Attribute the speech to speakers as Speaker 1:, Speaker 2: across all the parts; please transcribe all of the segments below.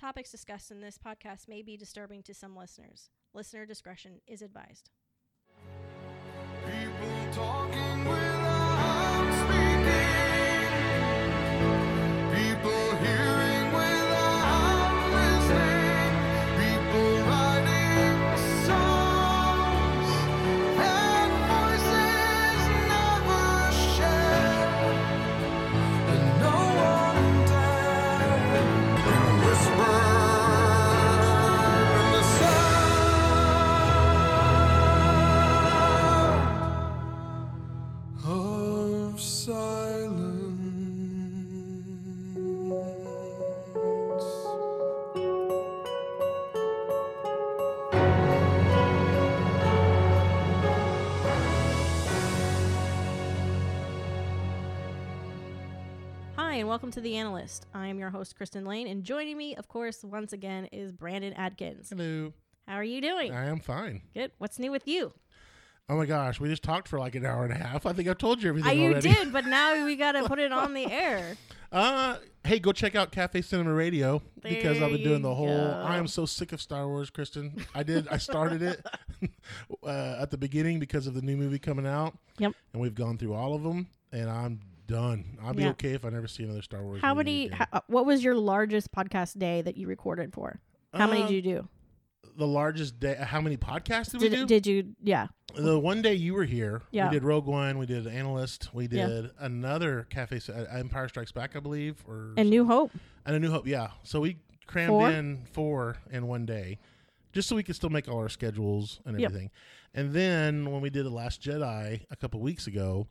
Speaker 1: Topics discussed in this podcast may be disturbing to some listeners. Listener discretion is advised.
Speaker 2: People talking without speaking. People hearing without listening. People writing songs that voices never share. And no one dares whisper in the sound of silence.
Speaker 1: Hi, and welcome to The Analyst. I am your host, Kristen Lane, and joining me, of course, once again, is Brandon Adkins.
Speaker 3: Hello.
Speaker 1: How are you doing?
Speaker 3: I am fine.
Speaker 1: Good. What's new with you?
Speaker 3: Oh my gosh, we just talked for like an hour and a half. I think I've told you everything
Speaker 1: Ah, you
Speaker 3: already.
Speaker 1: did, but now we got to put it on the air.
Speaker 3: Uh, hey, go check out Cafe Cinema Radio because I've
Speaker 1: There
Speaker 3: been doing
Speaker 1: you
Speaker 3: the whole.
Speaker 1: go.
Speaker 3: I am so sick of Star Wars, Kristen. I did. I started it uh, at the beginning because of the new movie coming out.
Speaker 1: Yep.
Speaker 3: And we've gone through all of them, and I'm done. I'll be
Speaker 1: Yeah.
Speaker 3: okay if I never see another Star Wars.
Speaker 1: How
Speaker 3: movie
Speaker 1: many?
Speaker 3: again.
Speaker 1: How, uh, what was your largest podcast day that you recorded for? How many
Speaker 3: Uh,
Speaker 1: did you do?
Speaker 3: The largest day. How many podcasts did,
Speaker 1: Did
Speaker 3: we do?
Speaker 1: did you? Yeah.
Speaker 3: the one day you were here,
Speaker 1: Yeah.
Speaker 3: we did Rogue One, we did Analyst, we
Speaker 1: Yeah.
Speaker 3: did another Cafe Ci- uh, Empire Strikes Back, I believe, or
Speaker 1: And New Hope.
Speaker 3: and a New Hope. Yeah, so we crammed
Speaker 1: Four?
Speaker 3: in four in one day, just so we could still make all our schedules and
Speaker 1: Yep.
Speaker 3: everything. And then when we did the Last Jedi a couple weeks ago,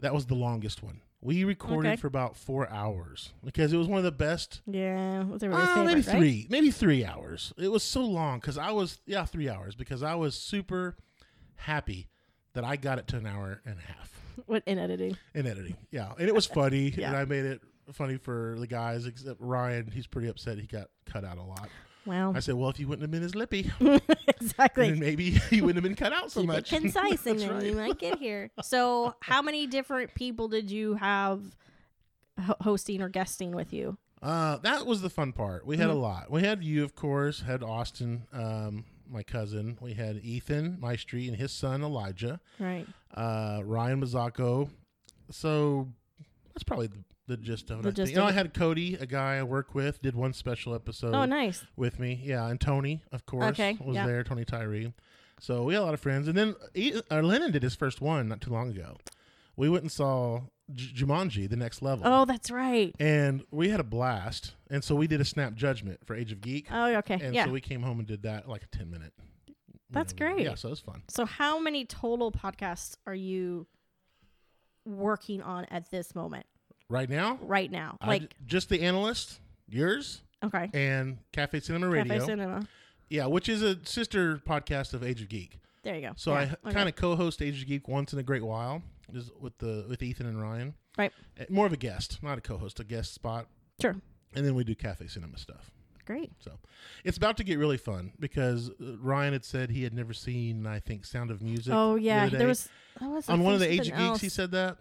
Speaker 3: that was the longest one. We recorded
Speaker 1: Okay.
Speaker 3: for about four hours because it was one of the best
Speaker 1: Yeah. Was everybody's
Speaker 3: uh,
Speaker 1: favorite,
Speaker 3: maybe
Speaker 1: right?
Speaker 3: three, maybe three hours. It was so long because I was yeah three hours because I was super happy that I got it to an hour and a half
Speaker 1: What in editing?
Speaker 3: in editing. Yeah, and it was funny,
Speaker 1: Yeah.
Speaker 3: and I made it funny for the guys except Ryan. He's pretty upset he got cut out a lot.
Speaker 1: Wow.
Speaker 3: I said, well, if he wouldn't have been as lippy, then
Speaker 1: exactly.
Speaker 3: maybe he wouldn't have been cut out so
Speaker 1: Keep it
Speaker 3: much.
Speaker 1: concise, and
Speaker 3: That's
Speaker 1: then
Speaker 3: right.
Speaker 1: you might get here. So, how many different people did you have ho- hosting or guesting with you?
Speaker 3: Uh, that was the fun part. We
Speaker 1: Mm-hmm.
Speaker 3: had a lot. We had you, of course. Had Austin, um, my cousin. We had Ethan, my street, and his son Elijah.
Speaker 1: Right.
Speaker 3: uh, Ryan Mazzacco. So that's probably the, the gist of it.
Speaker 1: The
Speaker 3: I
Speaker 1: gist
Speaker 3: think. You know,
Speaker 1: of
Speaker 3: I
Speaker 1: it.
Speaker 3: had Cody, a guy I work with, did one special episode
Speaker 1: Oh, nice.
Speaker 3: with me. Yeah, and Tony, of course,
Speaker 1: Okay,
Speaker 3: was
Speaker 1: yeah.
Speaker 3: there. Tony Tyree. So we had a lot of friends, and then E- uh, Lennon did his first one not too long ago. We went and saw J- Jumanji: The Next Level.
Speaker 1: Oh, that's right.
Speaker 3: And we had a blast, and so we did a snap judgment for Age of Geek,
Speaker 1: Oh, okay.
Speaker 3: and
Speaker 1: yeah.
Speaker 3: so we came home and did that like a ten minute. you
Speaker 1: That's great.
Speaker 3: Yeah, so it was fun.
Speaker 1: So, how many total podcasts are you working on at this moment,
Speaker 3: Right now,
Speaker 1: right now?
Speaker 3: I
Speaker 1: Like,
Speaker 3: ju- just the analyst, yours,
Speaker 1: okay,
Speaker 3: and Cafe Cinema Radio.
Speaker 1: Cafe Cinema.
Speaker 3: yeah, which is a sister podcast of Age of Geek.
Speaker 1: There you go.
Speaker 3: So
Speaker 1: Yeah,
Speaker 3: I
Speaker 1: okay.
Speaker 3: kind of co-host Age of Geek once in a great while, just with the with Ethan and Ryan.
Speaker 1: Right.
Speaker 3: Uh, More of a guest, not a co-host, a guest spot,
Speaker 1: sure.
Speaker 3: and then we do Cafe Cinema stuff.
Speaker 1: Great.
Speaker 3: So it's about to get really fun because uh, Ryan had said he had never seen, I think, Sound of Music.
Speaker 1: Oh
Speaker 3: the
Speaker 1: yeah,
Speaker 3: other
Speaker 1: there
Speaker 3: day.
Speaker 1: was, there was
Speaker 3: on one of the Age
Speaker 1: something
Speaker 3: of Geeks.
Speaker 1: else.
Speaker 3: He said that,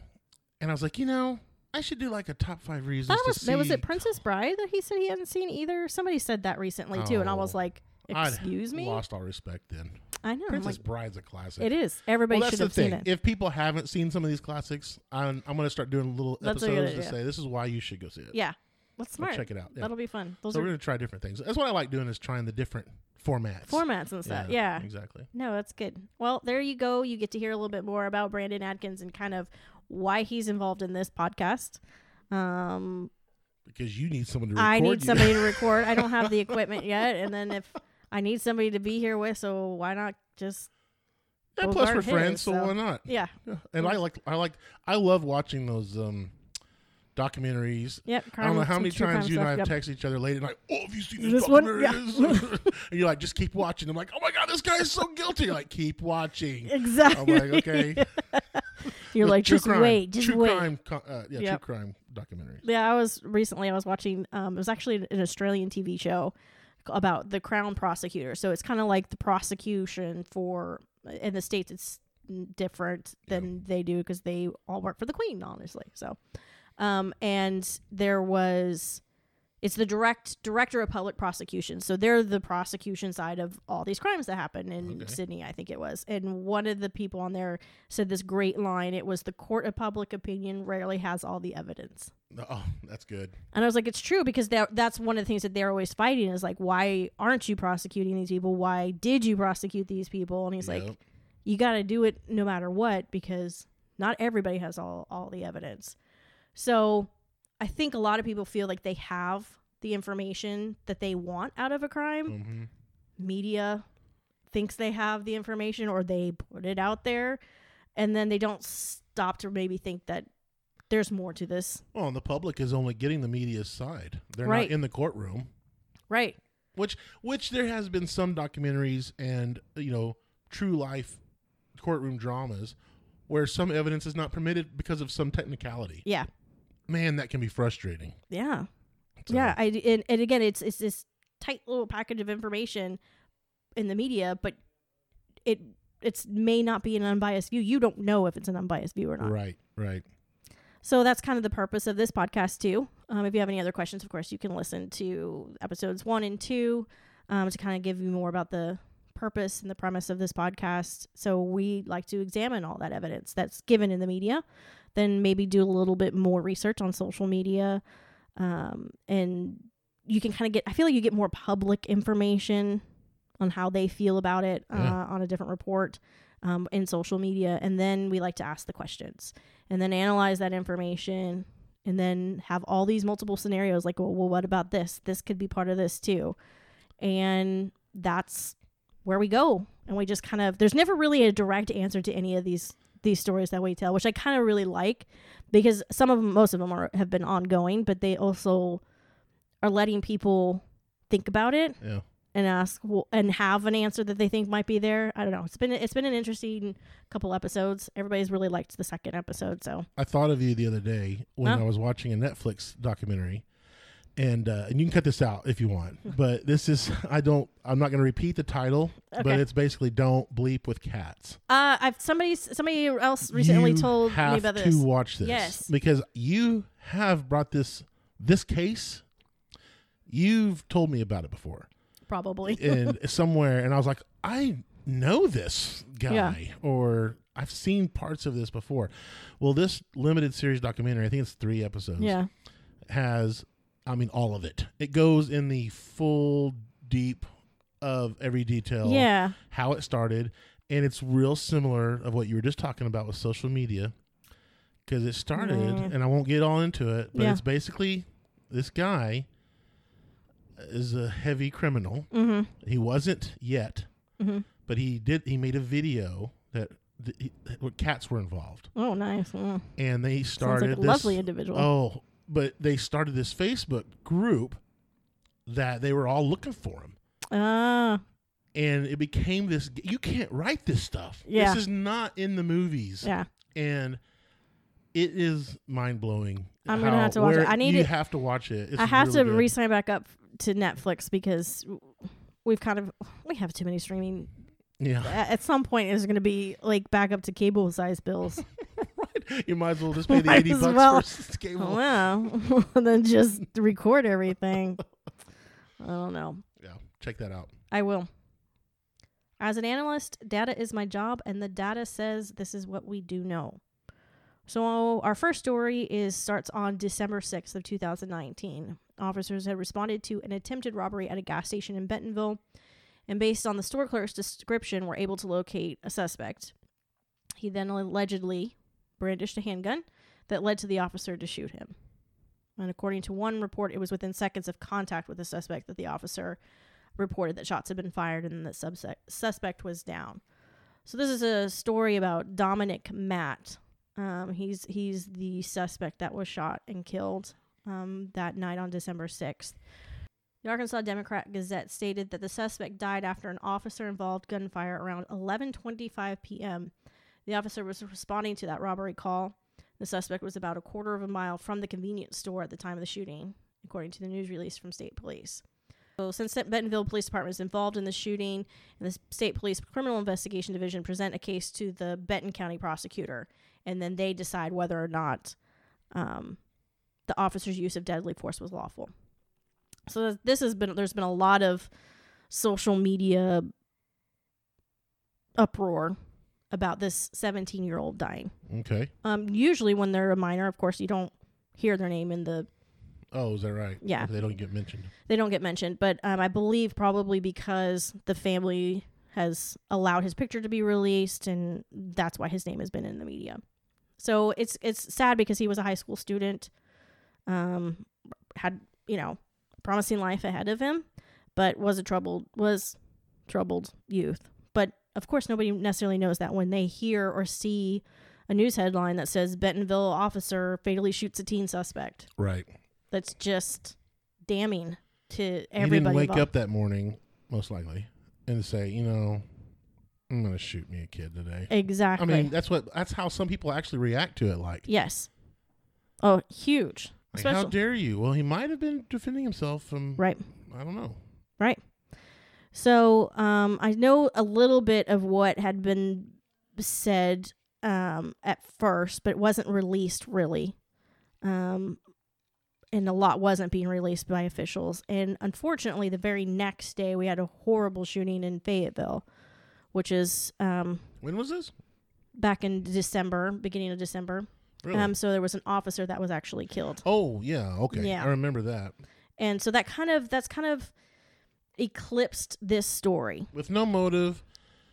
Speaker 3: and I was like, you know, I should do like a top five reasons.
Speaker 1: That
Speaker 3: to
Speaker 1: was there was
Speaker 3: see
Speaker 1: it Princess Bride that he said he hadn't seen either. Somebody said that recently too, and I was
Speaker 3: Oh,
Speaker 1: like,
Speaker 3: I'd
Speaker 1: excuse me.
Speaker 3: Lost all respect then.
Speaker 1: I know. I'm
Speaker 3: Princess
Speaker 1: like,
Speaker 3: Bride's a classic.
Speaker 1: it is. Everybody
Speaker 3: Well, that's
Speaker 1: should
Speaker 3: the
Speaker 1: have
Speaker 3: thing.
Speaker 1: seen it.
Speaker 3: If people haven't seen some of these classics, I'm, I'm going to start doing little
Speaker 1: That's a good
Speaker 3: episodes to
Speaker 1: idea.
Speaker 3: say this is why you should go see it.
Speaker 1: yeah, that's
Speaker 3: Or
Speaker 1: smart.
Speaker 3: check it out. Yeah.
Speaker 1: That'll be fun. Those
Speaker 3: So we're
Speaker 1: are
Speaker 3: going to try different things. That's what I like doing is trying the different formats.
Speaker 1: formats and stuff. yeah.
Speaker 3: exactly.
Speaker 1: No, that's good. Well, there you go. You get to hear a little bit more about Brandon Adkins and kind of why he's involved in this podcast. Um,
Speaker 3: Because you need someone to record
Speaker 1: I need
Speaker 3: you.
Speaker 1: somebody to record. I don't have the equipment yet, and then if I need somebody to be here with, so why not just
Speaker 3: and plus, we're
Speaker 1: Bogart
Speaker 3: friends,
Speaker 1: his,
Speaker 3: so,
Speaker 1: so-
Speaker 3: why not?
Speaker 1: yeah,
Speaker 3: Yeah. And I like, I like, I love watching those um, documentaries.
Speaker 1: yep.
Speaker 3: I don't know
Speaker 1: crime-
Speaker 3: how
Speaker 1: some
Speaker 3: many
Speaker 1: true crime
Speaker 3: times you and I
Speaker 1: stuff,
Speaker 3: have
Speaker 1: yep.
Speaker 3: texted each other late and like, oh, have you seen this,
Speaker 1: This one?
Speaker 3: documentary?
Speaker 1: Yeah.
Speaker 3: and you're like, just keep watching. I'm like, oh my god, this guy is so guilty. You're like, keep watching. I'm
Speaker 1: Exactly.
Speaker 3: like, okay.
Speaker 1: You're
Speaker 3: With
Speaker 1: like,
Speaker 3: true
Speaker 1: just
Speaker 3: crime-
Speaker 1: wait, just
Speaker 3: true
Speaker 1: wait.
Speaker 3: Crime, co- uh, yeah,
Speaker 1: Yep.
Speaker 3: true crime documentary.
Speaker 1: Yeah, I was recently. I was watching. Um, it was actually an Australian TV show about the Crown prosecutor. So it's kind of like the prosecution for uh, in the states. It's different than they do because they all work for the Queen, honestly. So, um, and there was. It's the direct director of public prosecution. So they're the prosecution side of all these crimes that happened in
Speaker 3: Okay.
Speaker 1: Sydney, I think it was. And one of the people on there said this great line. It was the court of public opinion rarely has all the evidence.
Speaker 3: Oh, that's good.
Speaker 1: And I was like, it's true because that that's one of the things that they're always fighting is like, why aren't you prosecuting these people? Why did you prosecute these people? And he's
Speaker 3: Yep.
Speaker 1: like, you got to do it no matter what because not everybody has all all the evidence. So I think a lot of people feel like they have the information that they want out of a crime.
Speaker 3: Mhm.
Speaker 1: Media thinks they have the information or they put it out there and then they don't stop to maybe think that there's more to this.
Speaker 3: Well, Oh, and the public is only getting the media's side. They're
Speaker 1: Right.
Speaker 3: not in the courtroom,
Speaker 1: Right.
Speaker 3: which which there has been some documentaries and you know true life courtroom dramas where some evidence is not permitted because of some technicality.
Speaker 1: Yeah.
Speaker 3: Man, that can be frustrating.
Speaker 1: Yeah.
Speaker 3: So-
Speaker 1: Yeah, I and, and again, it's it's this tight little package of information in the media, but it it's may not be an unbiased view. You don't know if it's an unbiased view or not.
Speaker 3: Right. Right.
Speaker 1: So that's kind of the purpose of this podcast too. Um, if you have any other questions, of course, you can listen to episodes one and two um, to kind of give you more about the purpose and the premise of this podcast. So we like to examine all that evidence that's given in the media, then maybe do a little bit more research on social media, um, and you can kind of get. I feel like you get more public information on how they feel about it uh,
Speaker 3: Yeah.
Speaker 1: on a different report um, in social media, and then we like to ask the questions and then analyze that information and then have all these multiple scenarios like well, well what about this this could be part of this too and that's where we go and we just kind of there's never really a direct answer to any of these these stories that we tell which i kind of really like because some of them most of them are have been ongoing but they also are letting people think about it
Speaker 3: Yeah.
Speaker 1: and ask well, and have an answer that they think might be there i don't know it's been it's been an interesting couple episodes everybody's really liked the second episode so
Speaker 3: I thought of you the other day when
Speaker 1: Huh?
Speaker 3: I was watching a Netflix documentary, and uh, and you can cut this out if you want, but this is I don't I'm not going to repeat the title, but
Speaker 1: Okay.
Speaker 3: it's basically don't bleep with cats.
Speaker 1: Uh, I've somebody somebody else recently
Speaker 3: You
Speaker 1: told me
Speaker 3: have
Speaker 1: about
Speaker 3: to
Speaker 1: this.
Speaker 3: watch this,
Speaker 1: Yes.
Speaker 3: because you have brought this this case. You've told me about it before,
Speaker 1: Probably.
Speaker 3: and somewhere, and I was like, I know this guy, or I've seen parts of this before. Well, this limited series documentary, I think it's three episodes
Speaker 1: yeah.
Speaker 3: has I mean all of it. It goes in the full deep of every detail.
Speaker 1: Yeah.
Speaker 3: How it started. And it's real similar of what you were just talking about with social media. Cause it started
Speaker 1: Mm.
Speaker 3: and I won't get all into it, but
Speaker 1: Yeah.
Speaker 3: it's basically this guy is a heavy criminal.
Speaker 1: hmm
Speaker 3: He wasn't yet,
Speaker 1: Mhm.
Speaker 3: but he did he made a video that th- he, where cats were involved.
Speaker 1: Oh, nice. Mm.
Speaker 3: And they
Speaker 1: Sounds
Speaker 3: started
Speaker 1: like a
Speaker 3: this-
Speaker 1: lovely individual.
Speaker 3: Oh, but they started this Facebook group that they were all looking for him.
Speaker 1: Ah,
Speaker 3: And it became this you can't write this stuff.
Speaker 1: Yeah.
Speaker 3: This is not in the movies.
Speaker 1: yeah.
Speaker 3: And it is mind blowing.
Speaker 1: I'm gonna have to watch it. I need
Speaker 3: you
Speaker 1: it-
Speaker 3: have to watch it. It's
Speaker 1: I have
Speaker 3: really
Speaker 1: to
Speaker 3: good.
Speaker 1: re sign back up to Netflix because we've kind of we have too many streaming.
Speaker 3: Yeah.
Speaker 1: At at some point, it's going to be like back up to cable size bills.
Speaker 3: You might as well just pay the
Speaker 1: Might
Speaker 3: eighty
Speaker 1: as
Speaker 3: bucks
Speaker 1: well.
Speaker 3: for cable.
Speaker 1: wow. and then just record everything. I don't know.
Speaker 3: Yeah. Check that out.
Speaker 1: I will. As an analyst, data is my job, and the data says this is what we do know. So our first story is starts on December 6th of 2019. Officers had responded to an attempted robbery at a gas station in Bentonville, and based on the store clerk's description, were able to locate a suspect. He then allegedly brandished a handgun that led to the officer to shoot him. And according to one report, it was within seconds of contact with the suspect that the officer reported that shots had been fired and that subsec- suspect was down. So this is a story about Dominic Matt. Um, he's he's the suspect that was shot and killed um, that night on December sixth. The Arkansas Democrat Gazette stated that the suspect died after an officer-involved gunfire around 11:25 p.m. The officer was responding to that robbery call. The suspect was about a quarter of a mile from the convenience store at the time of the shooting, according to the news release from state police. So, since the Bentonville Police Department is involved in the shooting, and the State Police Criminal Investigation Division present a case to the Benton County prosecutor, and then they decide whether or not um, the officer's use of deadly force was lawful. So th- this has been there's been a lot of social media uproar about this 17 year old dying.
Speaker 3: Okay.
Speaker 1: Um, usually when they're a minor, of course, you don't hear their name in the
Speaker 3: Oh, is that right?
Speaker 1: Yeah.
Speaker 3: They don't get mentioned.
Speaker 1: they don't get mentioned, but um, I believe probably because the family has allowed his picture to be released, and that's why his name has been in the media. So it's it's sad because he was a high school student, um, had you know promising life ahead of him, but was a troubled was troubled youth. But of course, nobody necessarily knows that when they hear or see a news headline that says Bentonville officer fatally shoots a teen suspect
Speaker 3: Right.
Speaker 1: that's just damning to
Speaker 3: he didn't
Speaker 1: everybody.
Speaker 3: wake
Speaker 1: involved.
Speaker 3: up that morning, most likely, and say, you know, I'm gonna shoot me a kid today. I
Speaker 1: Exactly.
Speaker 3: mean, that's what that's how some people actually react to it. Like,
Speaker 1: yes. Oh, huge.
Speaker 3: like, how
Speaker 1: Special.
Speaker 3: dare you? Well, he might have been defending himself from
Speaker 1: right.
Speaker 3: I don't know.
Speaker 1: Right. So um, I know a little bit of what had been said um, at first, but it wasn't released really. Um, and a lot wasn't being released by officials. And unfortunately, the very next day, we had a horrible shooting in Fayetteville, which is um,
Speaker 3: When was this?
Speaker 1: back in December, beginning of December.
Speaker 3: Really?
Speaker 1: Um, so there was an officer that was actually killed,
Speaker 3: oh yeah. Okay.
Speaker 1: Yeah.
Speaker 3: I remember that.
Speaker 1: and so that kind of that's kind of eclipsed this story.
Speaker 3: With no motive,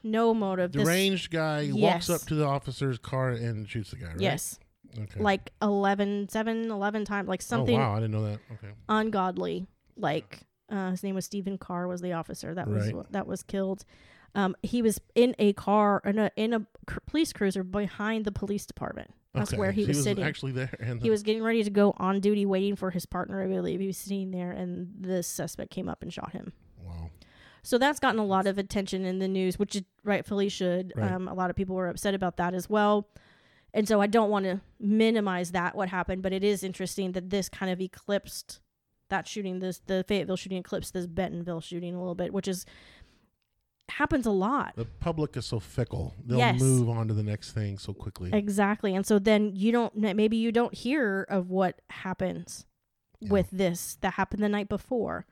Speaker 1: No motive. This,
Speaker 3: deranged guy
Speaker 1: Yes.
Speaker 3: walks up to the officer's car and shoots the guy. Right?
Speaker 1: Yes,
Speaker 3: Okay.
Speaker 1: like 11, 7, 11 times, like something
Speaker 3: Oh wow! I didn't know that. Okay.
Speaker 1: ungodly. Like uh, his name was Stephen Carr was the officer that was
Speaker 3: Right.
Speaker 1: wa- that was killed. Um, he was in a car in a in a cr- police cruiser behind the police department. That's
Speaker 3: Okay.
Speaker 1: where he
Speaker 3: So
Speaker 1: was sitting.
Speaker 3: Actually, there. And
Speaker 1: he was getting ready to go on duty, waiting for his partner. I believe he was sitting there, and this suspect came up and shot him.
Speaker 3: Wow.
Speaker 1: So that's gotten a lot of attention in the news, which it rightfully should.
Speaker 3: Right.
Speaker 1: Um, a lot of people were upset about that as well. And so I don't want to minimize that what happened, but it is interesting that this kind of eclipsed that shooting, this the Fayetteville shooting eclipsed this Bentonville shooting a little bit, which is happens a lot.
Speaker 3: The public is so fickle; they'll
Speaker 1: Yes.
Speaker 3: move on to the next thing so quickly.
Speaker 1: Exactly. And so then you don't maybe you don't hear of what happens
Speaker 3: Yeah.
Speaker 1: with this that happened the night before.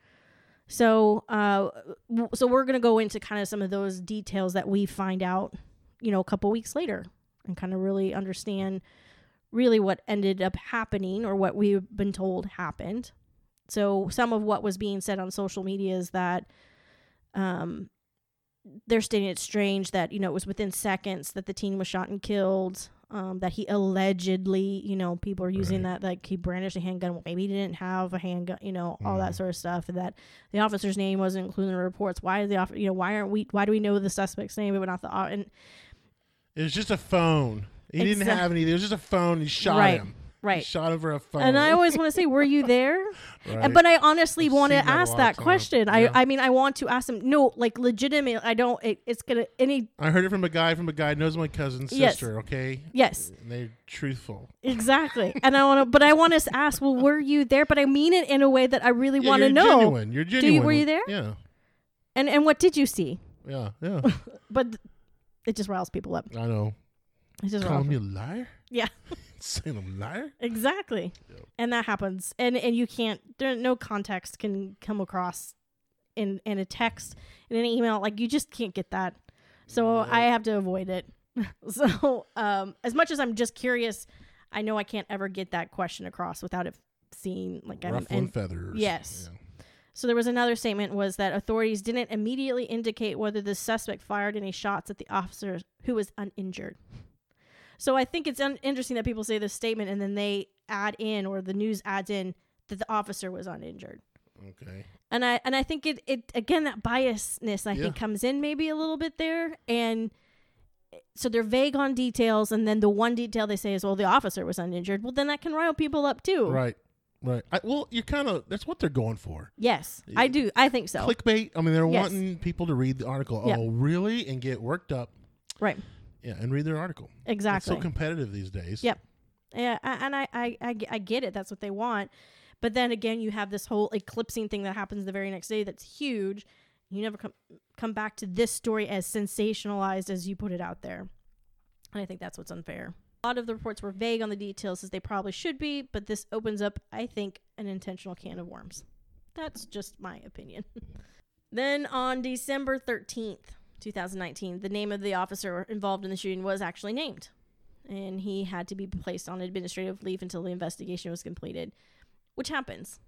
Speaker 1: So uh w- so we're going to go into kind of some of those details that we find out, you know, a couple weeks later and kind of really understand really what ended up happening or what we've been told happened. So some of what was being said on social media is that um they're stating it's strange that you know it was within seconds that the teen was shot and killed um, that he allegedly you know people are using that like he brandished a handgun well, maybe he didn't have a handgun you know all that sort of stuff and that the officer's name wasn't included in the reports why is the officer you know why aren't we why do we know the suspect's name but not the o- and
Speaker 3: It was just a phone. He didn't
Speaker 1: Exact-
Speaker 3: have anything. It was just a phone. He shot
Speaker 1: Right.
Speaker 3: him. He
Speaker 1: right
Speaker 3: shot him for a phone.
Speaker 1: and i always want to say were you there
Speaker 3: Right.
Speaker 1: And but I honestly
Speaker 3: I've
Speaker 1: want to
Speaker 3: seen that a
Speaker 1: ask
Speaker 3: lot
Speaker 1: that
Speaker 3: of time.
Speaker 1: question.
Speaker 3: Yeah.
Speaker 1: I, I mean, I want to ask him. No, like legitimate. I don't. It, it's gonna any.
Speaker 3: I heard it from a guy from a guy who knows my cousin's
Speaker 1: Yes.
Speaker 3: sister. Okay,
Speaker 1: Yes,
Speaker 3: and they're truthful.
Speaker 1: exactly. and I want to, but I want us to ask. Well, were you there? But I mean it in a way that I really
Speaker 3: Yeah,
Speaker 1: want to
Speaker 3: you're
Speaker 1: know.
Speaker 3: Genuine. You're genuine.
Speaker 1: were you there?
Speaker 3: Yeah,
Speaker 1: And and what did you see?
Speaker 3: yeah, yeah.
Speaker 1: But th- it just riles people up.
Speaker 3: I know.
Speaker 1: It just
Speaker 3: Call
Speaker 1: riles
Speaker 3: me a liar.
Speaker 1: Yeah.
Speaker 3: saying I'm a liar.
Speaker 1: Exactly. And that happens. And and you can't there no context can come across in in a text, in an email. Like you just can't get that. So I have to avoid it. so um as much as I'm just curious, I know I can't ever get that question across without it seeing like I'm
Speaker 3: Ruffling feathers.
Speaker 1: Yes.
Speaker 3: Yeah.
Speaker 1: so there was another statement was that authorities didn't immediately indicate whether the suspect fired any shots at the officer who was uninjured. So I think it's un- interesting that people say this statement and then they add in or the news adds in that the officer was uninjured.
Speaker 3: Okay.
Speaker 1: And I and I think it, it again that biasness I
Speaker 3: Yeah.
Speaker 1: think comes in maybe a little bit there and so they're vague on details and then the one detail they say is well the officer was uninjured. Well then that can rile people up too.
Speaker 3: Right. Right. I, well, you're kind of. That's what they're going for.
Speaker 1: Yes. I do. I think so.
Speaker 3: Clickbait. I mean, they're
Speaker 1: Yes.
Speaker 3: wanting people to read the article.
Speaker 1: Yeah.
Speaker 3: Oh, really? And get worked up.
Speaker 1: Right.
Speaker 3: Yeah, and read their article. It's
Speaker 1: Exactly.
Speaker 3: so competitive these days.
Speaker 1: Yep. Yeah, a- and I, I, I, ge- I get it. That's what they want. But then again, you have this whole eclipsing thing that happens the very next day that's huge. You never come come back to this story as sensationalized as you put it out there. And I think that's what's unfair. A lot of the reports were vague on the details as they probably should be, but this opens up, I think, an intentional can of worms. That's just my opinion. then on December 13th, 2019, the name of the officer involved in the shooting was actually named, and he had to be placed on administrative leave until the investigation was completed, which happens.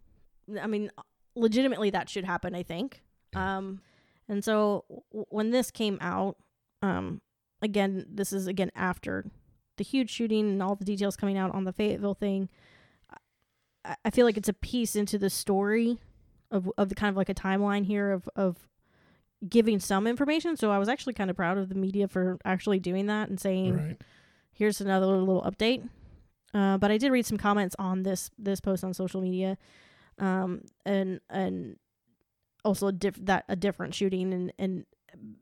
Speaker 1: I mean, legitimately, that should happen, I think. Um, and so w- when this came out, um, again, this is again after the huge shooting and all the details coming out on the Fayetteville thing. I, I feel like it's a piece into the story of of the kind of like a timeline here of of giving some information. So I was actually kind of proud of the media for actually doing that and saying
Speaker 3: Right.
Speaker 1: here's another little update. Uh, but I did read some comments on this this post on social media, um, and and also a diff- that a different shooting and and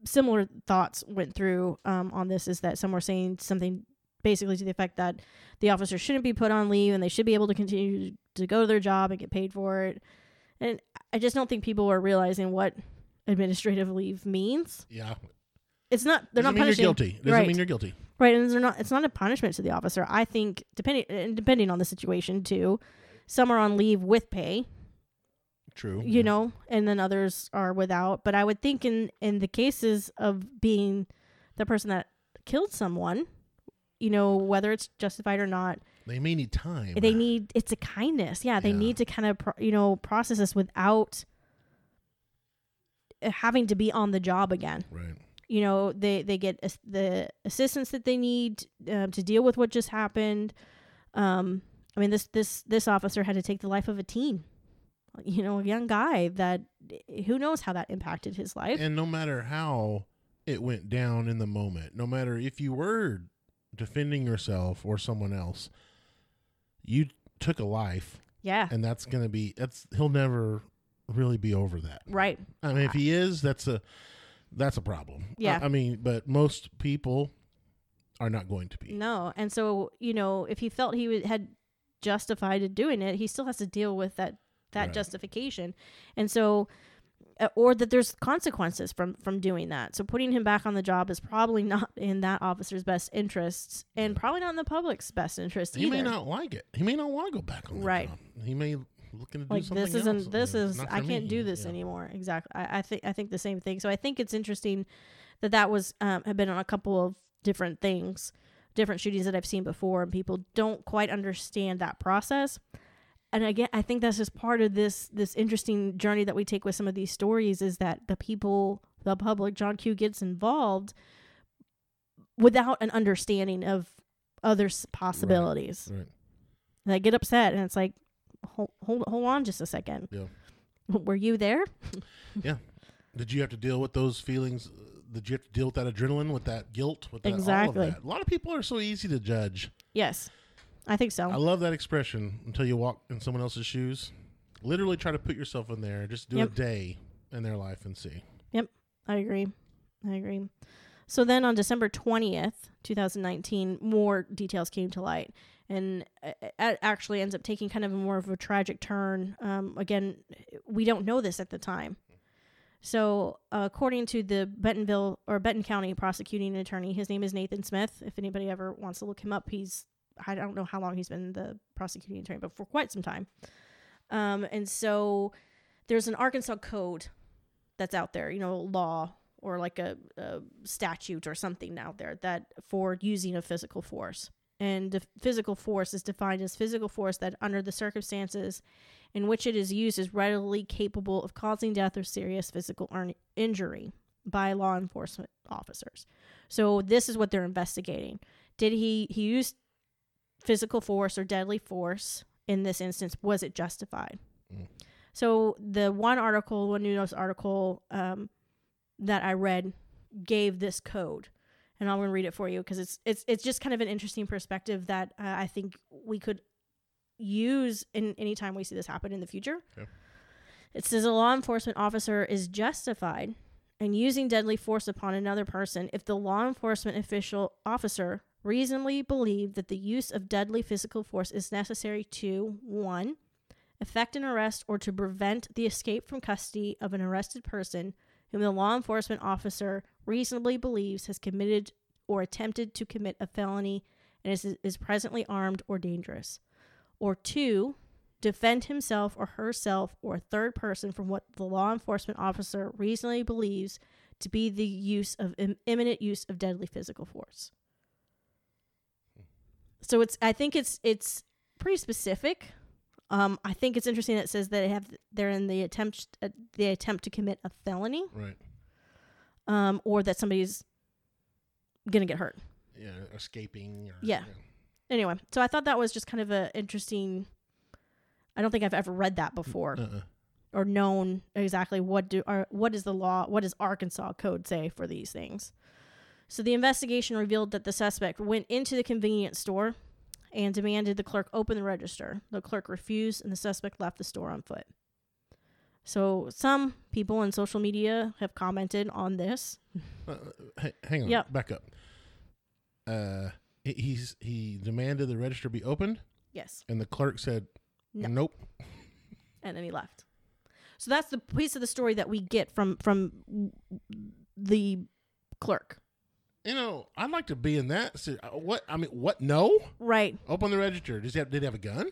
Speaker 1: similar thoughts went through um, on this is that some were saying something basically to the effect that the officer shouldn't be put on leave and they should be able to continue to go to their job and get paid for it. And I just don't think people are realizing what administrative leave means.
Speaker 3: Yeah.
Speaker 1: It's not they're
Speaker 3: Doesn't
Speaker 1: not
Speaker 3: mean
Speaker 1: punishing
Speaker 3: you're guilty. Doesn't
Speaker 1: Right.
Speaker 3: mean you're guilty.
Speaker 1: Right, and they're not. It's not a punishment to the officer. I think depending and depending on the situation too. Some are on leave with pay,
Speaker 3: True.
Speaker 1: you know, and then others are without. But I would think in in the cases of being the person that killed someone, you know, whether it's justified or not,
Speaker 3: They may need time.
Speaker 1: they need it's a kindness. Yeah, they
Speaker 3: Yeah.
Speaker 1: need to kind of pro, you know process this without eh, having to be on the job again
Speaker 3: Right.
Speaker 1: you know they they get as- the assistance that they need um, to deal with what just happened um i mean this this this officer had to take the life of a teen you know a young guy that eh, who knows how that impacted his life
Speaker 3: And no matter how it went down in the moment, no matter if you were defending yourself or someone else, you took a life,
Speaker 1: yeah
Speaker 3: and that's gonna be that's he'll never really be over that.
Speaker 1: right
Speaker 3: I mean, if he is, that's a that's a problem.
Speaker 1: Yeah.
Speaker 3: I, I mean, but most people are not going to be.
Speaker 1: no and so you know if he felt he wa- had justified in doing it he still has to deal with that that
Speaker 3: Right.
Speaker 1: justification and so uh, or that there's consequences from from doing that. So putting him back on the job is probably not in that officer's best interests, and probably not in the public's best interest
Speaker 3: He
Speaker 1: either.
Speaker 3: may not like it. He may not want to go back on the
Speaker 1: Right.
Speaker 3: job. He may looking to do
Speaker 1: like
Speaker 3: something
Speaker 1: this isn't
Speaker 3: else.
Speaker 1: this
Speaker 3: It's
Speaker 1: is
Speaker 3: not
Speaker 1: I
Speaker 3: for
Speaker 1: can't
Speaker 3: me.
Speaker 1: do this
Speaker 3: Yeah.
Speaker 1: anymore. Exactly. I, I think I think the same thing. So I think it's interesting that that was um, had been on a couple of different things, different shootings that I've seen before, and people don't quite understand that process. And again, I think that's just part of this this interesting journey that we take with some of these stories is that the people, the public, John Q gets involved without an understanding of other s- possibilities
Speaker 3: Right.
Speaker 1: and I get upset, and it's like, hold hold, hold on just a second.
Speaker 3: Yeah.
Speaker 1: Were you there?
Speaker 3: Did you have to deal with those feelings? uh, Did you have to deal with that adrenaline, with that guilt, with that, all
Speaker 1: Exactly.
Speaker 3: of that? A lot of people are so easy to judge.
Speaker 1: Yes, I think so.
Speaker 3: I love that expression until you walk in someone else's shoes. Literally try to put yourself in there. Just do a
Speaker 1: Yep.
Speaker 3: day in their life and see.
Speaker 1: I agree. I agree. So then on December 20th, 2019, more details came to light. And it it actually ends up taking kind of a more of a tragic turn. Um, again, we don't know this at the time. So, uh, according to the Bentonville or Benton County prosecuting attorney, his name is Nathan Smith. If anybody ever wants to look him up, he's, I don't know how long he's been the prosecuting attorney, but for quite some time. Um, and so there's an Arkansas code that's out there, you know, law or like a, a statute or something out there that for using of physical force. And the physical force is defined as physical force that, under the circumstances in which it is used, is readily capable of causing death or serious physical earn- injury by law enforcement officers. So this is what they're investigating. Did he he use physical force or deadly force in this instance? Was it justified? So the one article, one New Notes article um, that I read gave this code, and I'm going to read it for you because it's it's it's just kind of an interesting perspective that uh, I think we could use in any time we see this happen in the future.
Speaker 3: Okay.
Speaker 1: It says a law enforcement officer is justified in using deadly force upon another person if the law enforcement official officer reasonably believed that the use of deadly physical force is necessary to one effect an arrest or to prevent the escape from custody of an arrested person whom the law enforcement officer reasonably believes has committed or attempted to commit a felony and is, is presently armed or dangerous. Or two, defend himself or herself or a third person from what the law enforcement officer reasonably believes to be the use of im- imminent use of deadly physical force. So it's I think it's it's pretty specific. Um, I think it's interesting that it says that they have they're in the attempt uh, the attempt to commit a felony,
Speaker 3: Right.
Speaker 1: um, or that somebody's gonna get hurt.
Speaker 3: Yeah. Escaping. Or,
Speaker 1: Yeah. Anyway, so I thought that was just kind of a interesting. I don't think I've ever read that before.
Speaker 3: Uh-uh.
Speaker 1: or known exactly what do or what is the law what does arkansas code say for these things so the investigation revealed that the suspect went into the convenience store and demanded the clerk open the register the clerk refused and the suspect left the store on foot so some people on social media have commented on this
Speaker 3: Uh, h- hang on.
Speaker 1: Yep.
Speaker 3: Back up. Uh, he- he's he demanded the register be opened,
Speaker 1: yes
Speaker 3: and the clerk said,
Speaker 1: No.
Speaker 3: "Nope."
Speaker 1: and then he left so that's the piece of the story that we get from from the clerk
Speaker 3: You know, I'd like to be in that. si- uh, What I mean, what? No,
Speaker 1: right
Speaker 3: open the register. Does he have? Did he have a gun?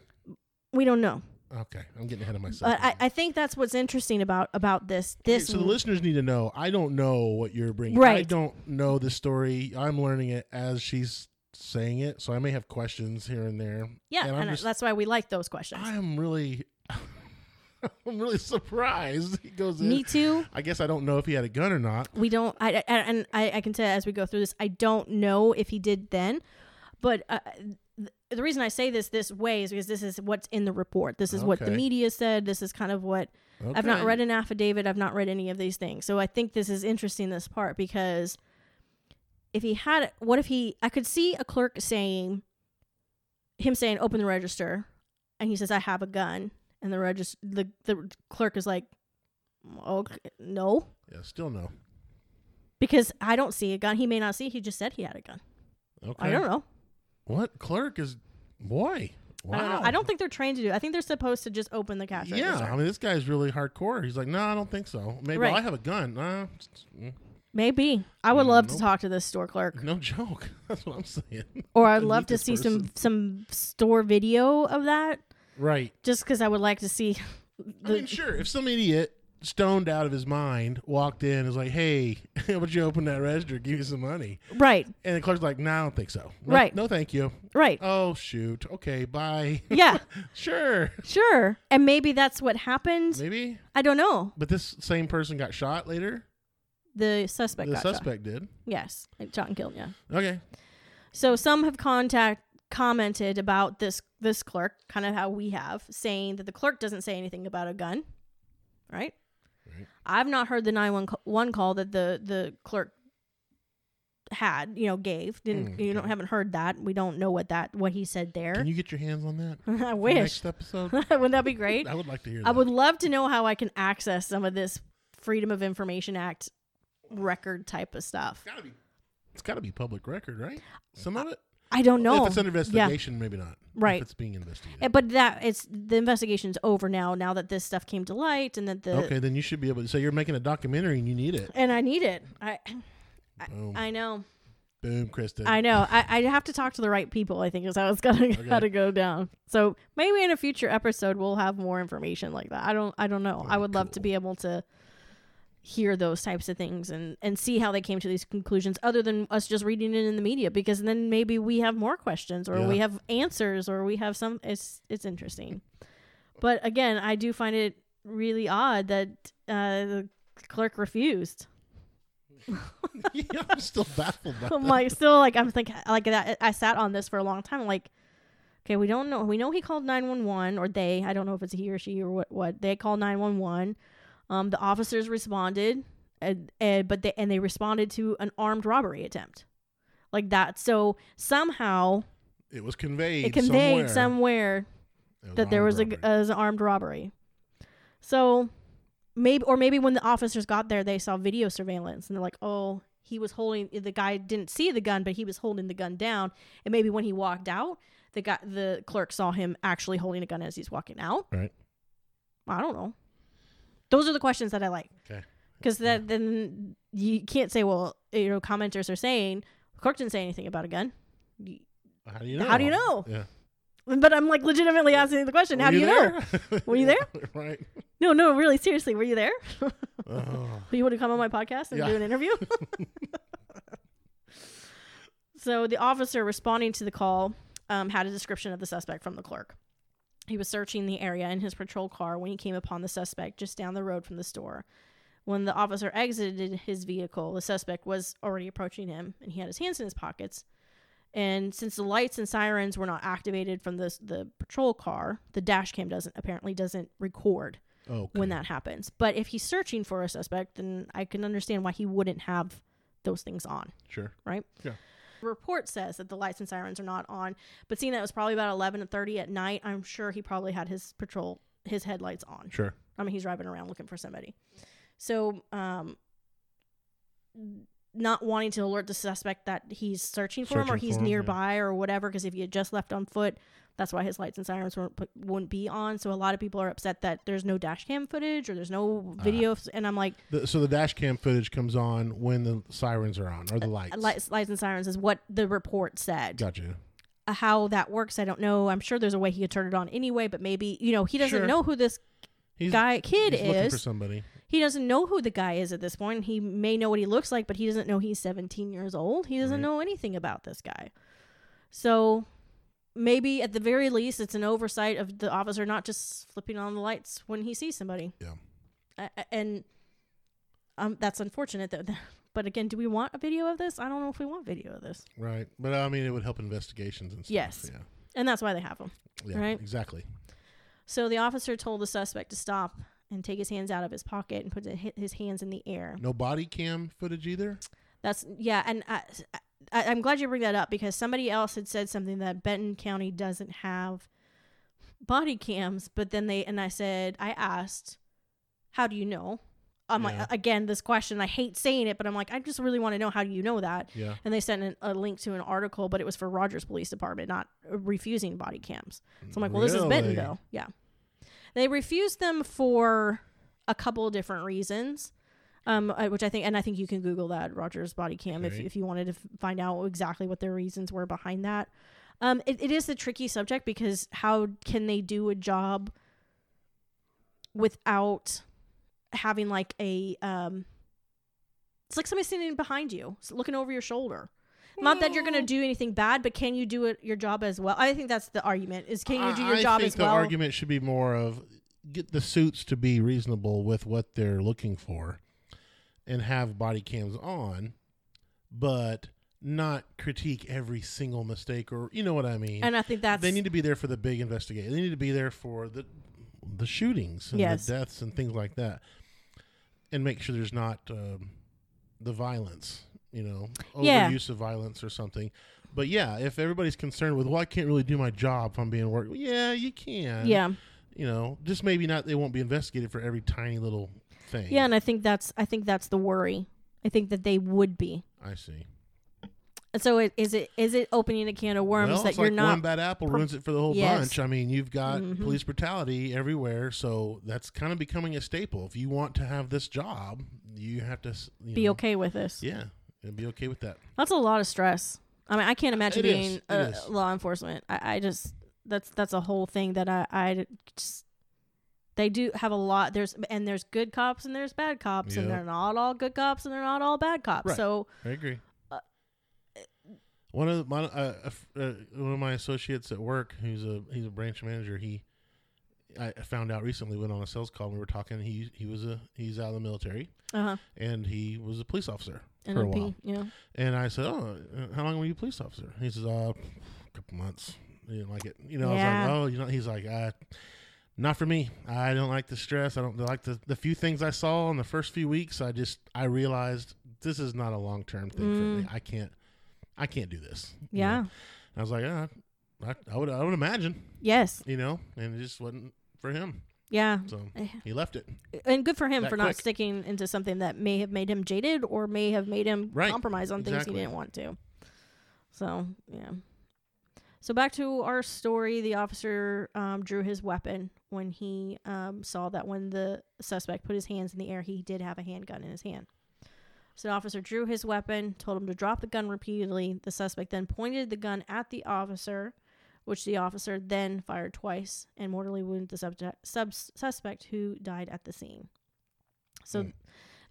Speaker 1: we don't know
Speaker 3: Okay, I'm getting ahead of myself.
Speaker 1: But I, I think that's what's interesting about about this. This
Speaker 3: so the listeners need to know. I don't know what you're bringing. I
Speaker 1: Right.
Speaker 3: don't know the story. I'm learning it as she's saying it, so I may have questions here and there.
Speaker 1: yeah,
Speaker 3: and
Speaker 1: and, uh,
Speaker 3: I'm just-
Speaker 1: that's why we like those questions.
Speaker 3: I am really, I'm really surprised. He goes in.
Speaker 1: Me too.
Speaker 3: I guess I don't know if he had a gun or not.
Speaker 1: We don't. I, I and I, I can tell as we go through this. I don't know if he did then, but uh, th- the reason I say this this way is because this is what's in the report. This is what the
Speaker 3: Okay.
Speaker 1: media said. This is kind of what I've not
Speaker 3: Okay.
Speaker 1: read an affidavit. I've not read any of these things. So I think this is interesting this part because if he had what if he I could see a clerk saying him saying open the register and he says I have a gun and the register the, the clerk is like okay no
Speaker 3: Yeah, still no.
Speaker 1: because I don't see a gun. He may not see. He just said he had a gun.
Speaker 3: Okay.
Speaker 1: I don't know.
Speaker 3: What clerk is boy? Wow.
Speaker 1: I don't know. I don't think they're trained to do. I think they're supposed to just open the cash
Speaker 3: Yeah,
Speaker 1: register.
Speaker 3: I mean this guy's really hardcore. He's like, no, I don't think so. Maybe
Speaker 1: Right.
Speaker 3: I have a gun. Nah, it's- mm,
Speaker 1: Maybe. I would love to
Speaker 3: Nope.
Speaker 1: talk to this store clerk.
Speaker 3: no joke. That's what I'm saying.
Speaker 1: or
Speaker 3: I
Speaker 1: I'd
Speaker 3: need
Speaker 1: love to
Speaker 3: this
Speaker 1: see
Speaker 3: person.
Speaker 1: some some store video of that,
Speaker 3: Right.
Speaker 1: just because I would like to see.
Speaker 3: I mean, sure. If some idiot stoned out of his mind walked in and was like, "Hey, would you open that register? Give me some money,"
Speaker 1: Right,
Speaker 3: and the clerk's like, "No, I don't think so." No,
Speaker 1: Right.
Speaker 3: No, thank you.
Speaker 1: right,
Speaker 3: Oh shoot. Okay. Bye.
Speaker 1: yeah,
Speaker 3: sure.
Speaker 1: sure. And maybe that's what happened.
Speaker 3: Maybe.
Speaker 1: I don't know.
Speaker 3: But this same person got shot later.
Speaker 1: The suspect.
Speaker 3: the
Speaker 1: got shot.
Speaker 3: suspect did.
Speaker 1: Yes, like shot and killed. Yeah.
Speaker 3: Okay.
Speaker 1: So some have contact commented about this this clerk, kind of how we have, saying that the clerk doesn't say anything about a gun, right?
Speaker 3: Right.
Speaker 1: I've not heard the nine one call that the the clerk had, you know, gave. Didn't
Speaker 3: Mm,
Speaker 1: you don't
Speaker 3: okay.
Speaker 1: haven't heard that. We don't know what that what he said there.
Speaker 3: Can you get your hands on that? for
Speaker 1: Er? I wish.
Speaker 3: Next episode.
Speaker 1: Wouldn't that be great?
Speaker 3: I would like to hear.
Speaker 1: I
Speaker 3: that.
Speaker 1: would love to know how I can access some of this Freedom of Information Act record type of stuff.
Speaker 3: gotta be. It's gotta be public record, right? Some of it.
Speaker 1: I don't know.
Speaker 3: If it's under
Speaker 1: Yeah.
Speaker 3: investigation, maybe not.
Speaker 1: Right.
Speaker 3: If it's being investigated.
Speaker 1: Uh, But that it's the investigation's over now. Now that this stuff came to light, and that the
Speaker 3: okay, then you should be able to. So you're making a documentary and you need it.
Speaker 1: and I need it. I
Speaker 3: Boom.
Speaker 1: I know.
Speaker 3: Boom, Kristen.
Speaker 1: I know. I, I have to talk to the right people. I think is how it's gonna gotta go down. So maybe in a future episode we'll have more information like that. I don't I don't know. I would love to
Speaker 3: cool.
Speaker 1: be able to hear those types of things and and see how they came to these conclusions other than us just reading it in the media because then maybe we have more questions or we
Speaker 3: Yeah.
Speaker 1: have answers or we have some it's it's interesting but again i do find it really odd that uh the clerk refused
Speaker 3: yeah, I'm still baffled by
Speaker 1: I'm
Speaker 3: that.
Speaker 1: like still like I'm thinking like that. I sat on this for a long time. Like, okay, we don't know. We know he called nine one one or they. I don't know if it's he or she or what. What they called nine one one. Um, the officers responded, and, and but they and they responded to an armed robbery attempt, like that. So somehow
Speaker 3: It was conveyed.
Speaker 1: it conveyed
Speaker 3: somewhere,
Speaker 1: somewhere
Speaker 3: It was
Speaker 1: that there
Speaker 3: armed
Speaker 1: was a,
Speaker 3: robbery.
Speaker 1: as an armed robbery. So maybe or maybe when the officers got there they saw video surveillance and they're like, "Oh, he was holding the guy didn't see the gun, but he was holding the gun down." And maybe when he walked out, the guy the clerk saw him actually holding a gun as he's walking out.
Speaker 3: Right.
Speaker 1: I don't know. Those are the questions that I like.
Speaker 3: Okay.
Speaker 1: Cuz that then you can't say, "Well, you know, commenters are saying the clerk didn't say anything about a gun."
Speaker 3: How do you know?
Speaker 1: How do you know?
Speaker 3: Yeah.
Speaker 1: But I'm like legitimately asking the question. How do you know?
Speaker 3: there?
Speaker 1: Were you there?
Speaker 3: right.
Speaker 1: No, no, really, seriously, were you there?
Speaker 3: Oh.
Speaker 1: you want to come on my podcast and
Speaker 3: Yeah.
Speaker 1: do an interview? so the officer responding to the call um, had a description of the suspect from the clerk. He was searching the area in his patrol car when he came upon the suspect just down the road from the store. When the officer exited his vehicle, the suspect was already approaching him and he had his hands in his pockets. And since the lights and sirens were not activated from the, the patrol car, the dash cam doesn't apparently doesn't record
Speaker 3: Okay.
Speaker 1: when that happens. But if he's searching for a suspect, then I can understand why he wouldn't have those things on,
Speaker 3: Sure.
Speaker 1: right?
Speaker 3: Yeah.
Speaker 1: The report says that the lights and sirens are not on, but seeing that it was probably about eleven and thirty at night, I'm sure he probably had his patrol his headlights on.
Speaker 3: Sure.
Speaker 1: I mean, he's driving around looking for somebody. So, um, not wanting to alert the suspect that he's searching for him or
Speaker 3: Searching
Speaker 1: he's
Speaker 3: for him, yeah.
Speaker 1: nearby or whatever, because if he had just left on foot, that's why his lights and sirens weren't, put- wouldn't be on. So, a lot of people are upset that there's no dash cam footage or there's no
Speaker 3: Uh-huh.
Speaker 1: video. and I'm like,
Speaker 3: The, so the dash cam footage comes on when the sirens are on or the lights.
Speaker 1: Uh, lights, lights and sirens is what the report said.
Speaker 3: Gotcha.
Speaker 1: Uh, How that works, I don't know. I'm sure there's a way he could turn it on anyway, but maybe, you know, he doesn't
Speaker 3: Sure.
Speaker 1: know who this
Speaker 3: He's,
Speaker 1: guy kid
Speaker 3: he's looking
Speaker 1: is.
Speaker 3: for somebody.
Speaker 1: he doesn't know who the guy is at this point. He may know what he looks like, but he doesn't know he's 17 years old. He doesn't
Speaker 3: Right.
Speaker 1: know anything about this guy. So maybe at the very least, it's an oversight of the officer not just flipping on the lights when he sees somebody.
Speaker 3: Yeah.
Speaker 1: A- a- and um, that's unfortunate. That, but again, do we want a video of this? I don't know if we want video of this.
Speaker 3: Right. But I mean, it would help investigations and stuff.
Speaker 1: Yes.
Speaker 3: Yeah.
Speaker 1: And that's why they have them.
Speaker 3: yeah
Speaker 1: Right.
Speaker 3: Exactly.
Speaker 1: So the officer told the suspect to stop and take his hands out of his pocket and put hi- his hands in the air.
Speaker 3: No body cam footage either.
Speaker 1: That's yeah, and I, I, I'm glad you bring that up because somebody else had said something that Benton County doesn't have body cams, but then they and I said I asked, how do you know? I'm
Speaker 3: Yeah.
Speaker 1: like again this question. I hate saying it, but I'm like I just really want to know how do you know that?
Speaker 3: Yeah.
Speaker 1: And they sent an, a link to an article, but it was for Rogers Police Department, not uh, refusing body cams. So I'm like, well, this is
Speaker 3: Really?
Speaker 1: Bentonville. Yeah. They refused them for a couple of different reasons, um, I- which I think, and I think you can Google that Rogers body cam if,
Speaker 3: Okay.
Speaker 1: if you wanted to f- find out exactly what their reasons were behind that. Um, it, it is a tricky subject because how can they do a job without having like a um, it's like somebody standing behind you, s- looking over your shoulder. Not that you're going to do anything bad, but can you do it your job as well? I think that's the argument: is can you do your
Speaker 3: I,
Speaker 1: job
Speaker 3: I think
Speaker 1: as
Speaker 3: the
Speaker 1: well?
Speaker 3: argument should be more of get the suits to be reasonable with what they're looking for, and have body cams on, but not critique every single mistake or you know what I mean.
Speaker 1: and I think that's
Speaker 3: they need to be there for the big investigation. They need to be there for the the shootings and
Speaker 1: Yes.
Speaker 3: the deaths and things like that, and make sure there's not um, the violence. You know,
Speaker 1: Yeah.
Speaker 3: overuse of violence or something. But yeah, if everybody's concerned with, well, I can't really do my job if I'm being worked. Well, yeah, you can.
Speaker 1: yeah,
Speaker 3: You know, just maybe not. They won't be investigated for every tiny little thing.
Speaker 1: yeah, and I think that's I think that's the worry. I think that they would be.
Speaker 3: I see.
Speaker 1: And So it, is it is it opening a can of worms
Speaker 3: well,
Speaker 1: that
Speaker 3: it's
Speaker 1: you're
Speaker 3: like one
Speaker 1: not?
Speaker 3: bad apple ruins it for the whole
Speaker 1: Yes. Mm-hmm.
Speaker 3: bunch. I mean, you've got police brutality everywhere, so that's kind of becoming a staple. If you want to have this job, you have to s- you
Speaker 1: Be
Speaker 3: know,
Speaker 1: okay with this.
Speaker 3: Yeah, and be okay with that.
Speaker 1: That's a lot of stress. I mean, I can't imagine
Speaker 3: It is.
Speaker 1: being
Speaker 3: It
Speaker 1: uh,
Speaker 3: is.
Speaker 1: law enforcement. I, I just that's that's a whole thing that I I just they do have a lot. There's and there's good cops and there's bad cops and
Speaker 3: Yep.
Speaker 1: they're not all good cops and they're not all bad cops.
Speaker 3: Right.
Speaker 1: So
Speaker 3: I agree.
Speaker 1: Uh,
Speaker 3: one of my uh, a f- uh, one of my associates at work, who's a he's a branch manager. He I found out recently when on a sales call we were talking. He he was a he's out of the military
Speaker 1: uh huh.
Speaker 3: and he was a police officer
Speaker 1: And
Speaker 3: for a
Speaker 1: it'd be,
Speaker 3: while.
Speaker 1: you know,
Speaker 3: And I said, "Oh, uh, how long were you a police officer?" He says, "Uh, a couple months." He didn't like it, you know.
Speaker 1: Yeah.
Speaker 3: I was like, "Oh, you know." He's like, uh, "Not for me. I don't like the stress. I don't like the the few things I saw in the first few weeks. I just I realized this is not a long term thing for me. I can't, I can't do this." you
Speaker 1: Mm.
Speaker 3: know.
Speaker 1: yeah.
Speaker 3: And I was like, "Yeah, I, I would I would imagine,
Speaker 1: Yes.
Speaker 3: you know." And it just wasn't for him,
Speaker 1: Yeah.
Speaker 3: so
Speaker 1: Eh.
Speaker 3: he left it.
Speaker 1: And good for him
Speaker 3: That
Speaker 1: for not
Speaker 3: quick.
Speaker 1: sticking into something that may have made him jaded or may have made him
Speaker 3: Right.
Speaker 1: compromise on things he
Speaker 3: Exactly.
Speaker 1: didn't want to. So, yeah. So back to our story, the officer um, drew his weapon when he um, saw that when the suspect put his hands in the air, he did have a handgun in his hand. So the officer drew his weapon, told him to drop the gun repeatedly. The suspect then pointed the gun at the officer, which the officer then fired twice and mortally wounded the subject, sub- suspect who died at the scene. So
Speaker 3: Hmm.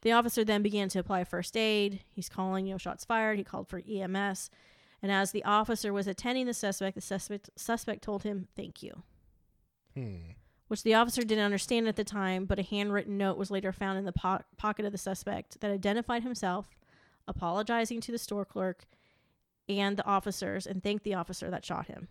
Speaker 1: the officer then began to apply first aid. He's calling, you know, shots fired. He called for EMS. And as the officer was attending the suspect, the suspect, suspect told him, thank you,
Speaker 3: Hmm.
Speaker 1: which the officer didn't understand at the time, but a handwritten note was later found in the po- pocket of the suspect that identified himself, apologizing to the store clerk and the officers, and thanked the officer that shot him,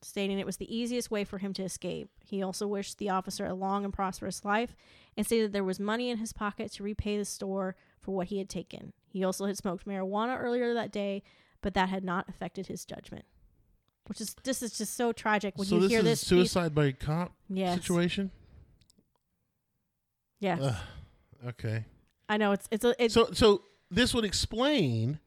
Speaker 1: stating it was the easiest way for him to escape. He also wished the officer a long and prosperous life and stated there was money in his pocket to repay the store for what he had taken. He also had smoked marijuana earlier that day, but that had not affected his judgment. Which is this is just so tragic when
Speaker 3: so
Speaker 1: you
Speaker 3: this
Speaker 1: hear
Speaker 3: is
Speaker 1: this piece-
Speaker 3: suicide by cop
Speaker 1: Yes.
Speaker 3: situation.
Speaker 1: Yes.
Speaker 3: Ugh. Okay.
Speaker 1: I know it's it's a it's
Speaker 3: so so this would explain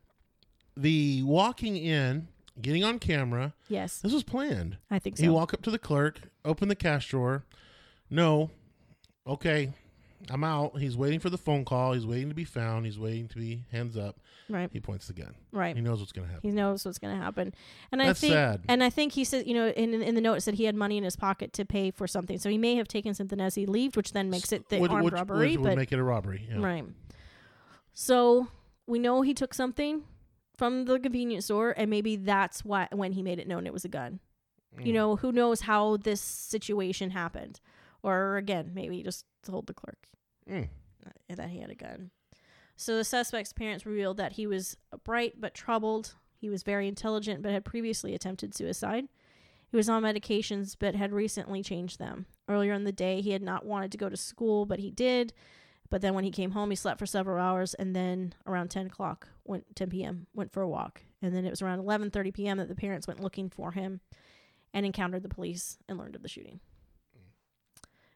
Speaker 3: the walking in, getting on camera.
Speaker 1: yes.
Speaker 3: This was planned.
Speaker 1: I think
Speaker 3: He
Speaker 1: so.
Speaker 3: walk up to the clerk, open the cash drawer. No, okay, I'm out. He's waiting for the phone call. He's waiting to be found. He's waiting to be hands up.
Speaker 1: right.
Speaker 3: He points the gun.
Speaker 1: Right.
Speaker 3: He knows what's going to happen.
Speaker 1: He knows what's going to happen. And I
Speaker 3: That's
Speaker 1: think
Speaker 3: sad.
Speaker 1: and I think he says, you know, in in the note it said he had money in his pocket to pay for something. So he may have taken something as he left, which then makes it the
Speaker 3: Would-
Speaker 1: armed
Speaker 3: which-
Speaker 1: robbery,
Speaker 3: which
Speaker 1: but
Speaker 3: would make it a robbery. Yeah.
Speaker 1: right. So we know he took something from the convenience store and maybe that's why when he made it known it was a gun. You
Speaker 3: Mm.
Speaker 1: know, who knows how this situation happened. Or again, maybe he just told the clerk.
Speaker 3: Mm.
Speaker 1: and that he had a gun. So the suspect's parents revealed that he was bright but troubled. He was very intelligent but had previously attempted suicide. He was on medications but had recently changed them. Earlier in the day, he had not wanted to go to school, but he did. But then when he came home, he slept for several hours, and then around 10 o'clock, went 10 p.m., went for a walk. And then it was around 11:30 p.m. that the parents went looking for him, and encountered the police and learned of the shooting.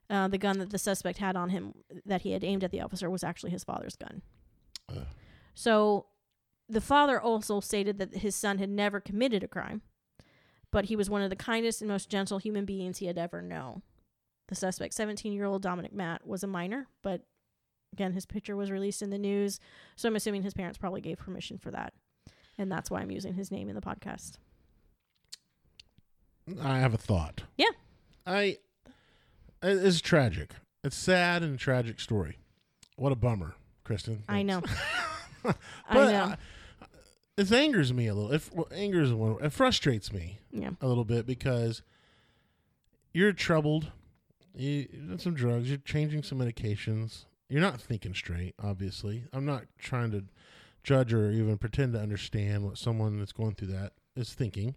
Speaker 1: Uh, the gun that the suspect had on him that he had aimed at the officer was actually his father's gun.
Speaker 3: Ugh.
Speaker 1: So the father also stated that his son had never committed a crime, but he was one of the kindest and most gentle human beings he had ever known. The suspect, 17 year old Dominic Matt, was a minor, but again, his picture was released in the news. So I'm assuming his parents probably gave permission for that. And that's why I'm using his name in the podcast.
Speaker 3: I have a thought.
Speaker 1: Yeah.
Speaker 3: I it- it's tragic. It's sad and a tragic story. What a bummer, Kristen.
Speaker 1: I know. I
Speaker 3: But uh,
Speaker 1: know.
Speaker 3: I- it angers me a little. It well, angers one. It frustrates me
Speaker 1: yeah.
Speaker 3: a little bit because you're troubled. You, you did some drugs. You're changing some medications. You're not thinking straight. Obviously, I'm not trying to judge or even pretend to understand what someone that's going through that is thinking.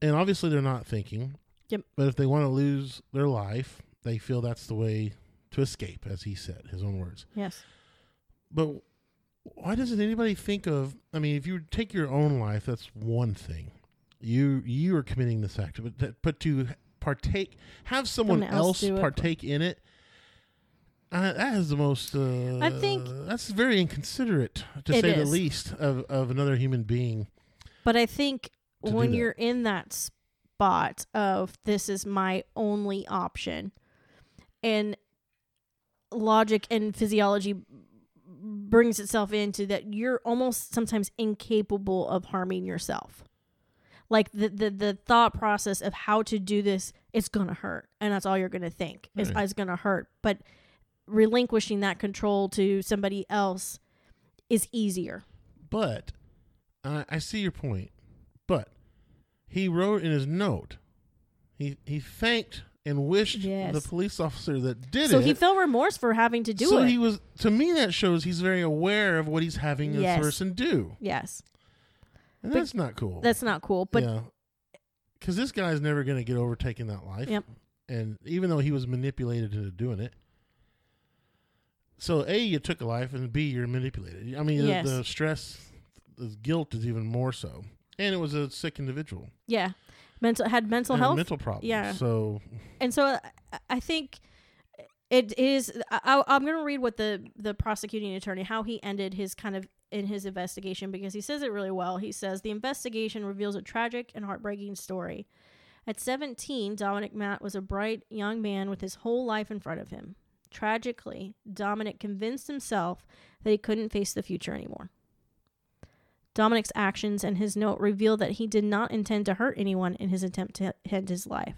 Speaker 3: And obviously, they're not thinking.
Speaker 1: Yep.
Speaker 3: But if they want to lose their life, they feel that's the way to escape, as he said, his own words.
Speaker 1: Yes.
Speaker 3: But why doesn't anybody think of? I mean, if you take your own life, that's one thing. You you are committing this act, but that, but to partake, have someone
Speaker 1: Someone
Speaker 3: else,
Speaker 1: else do it.
Speaker 3: partake in it. Uh, that is the most. Uh,
Speaker 1: I think-
Speaker 3: that's very inconsiderate, to
Speaker 1: It
Speaker 3: say the
Speaker 1: is.
Speaker 3: least, of of another human being.
Speaker 1: But I think
Speaker 3: to do
Speaker 1: when
Speaker 3: that.
Speaker 1: you're in that spot of this is my only option, and logic and physiology brings itself into that you're almost sometimes incapable of harming yourself. Like the the, the thought process of how to do this, it's gonna hurt, and that's all you're gonna think is
Speaker 3: Right.
Speaker 1: it's gonna hurt. But relinquishing that control to somebody else is easier.
Speaker 3: But I I see your point. But he wrote in his note, he he thanked and wished
Speaker 1: Yes.
Speaker 3: the police officer that did
Speaker 1: so
Speaker 3: it.
Speaker 1: he felt remorse for having to do
Speaker 3: so
Speaker 1: it.
Speaker 3: he was to me that shows he's very aware of what he's having this
Speaker 1: Yes.
Speaker 3: person do,
Speaker 1: Yes,
Speaker 3: and
Speaker 1: But
Speaker 3: that's not cool.
Speaker 1: that's not cool. But
Speaker 3: Oh. yeah, because this guy's never going to get over taking that life.
Speaker 1: Yep.
Speaker 3: And even though he was manipulated into doing it, so a you took a life, and b you're manipulated. I mean, the-
Speaker 1: Yes.
Speaker 3: the, stress, the guilt is even more so. And it was a sick individual,
Speaker 1: yeah, mental had mental
Speaker 3: and
Speaker 1: health,
Speaker 3: mental problems.
Speaker 1: Yeah.
Speaker 3: So
Speaker 1: and so I, I think it is. I, I- I'm going to read what the the prosecuting attorney how he ended his kind of in his investigation because he says it really well. He says the investigation reveals a tragic and heartbreaking story. At 17, Dominic Matt was a bright young man with his whole life in front of him. Tragically, Dominic convinced himself that he couldn't face the future anymore. Dominic's actions and his note reveal that he did not intend to hurt anyone in his attempt to end his life.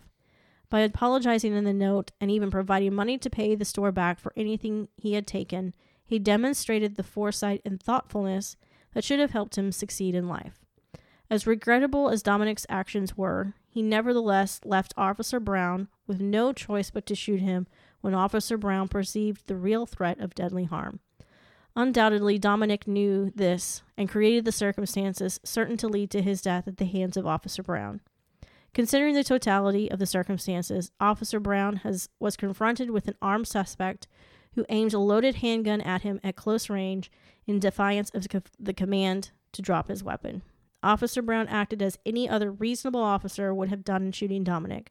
Speaker 1: By apologizing in the note and even providing money to pay the store back for anything he had taken, he demonstrated the foresight and thoughtfulness that should have helped him succeed in life. As regrettable as Dominic's actions were, he nevertheless left Officer Brown with no choice but to shoot him when Officer Brown perceived the real threat of deadly harm. Undoubtedly, Dominic knew this and created the circumstances certain to lead to his death at the hands of Officer Brown. Considering the totality of the circumstances, Officer Brown has, was confronted with an armed suspect who aimed a loaded handgun at him at close range in defiance of co- the command to drop his weapon. Officer Brown acted as any other reasonable officer would have done in shooting Dominic,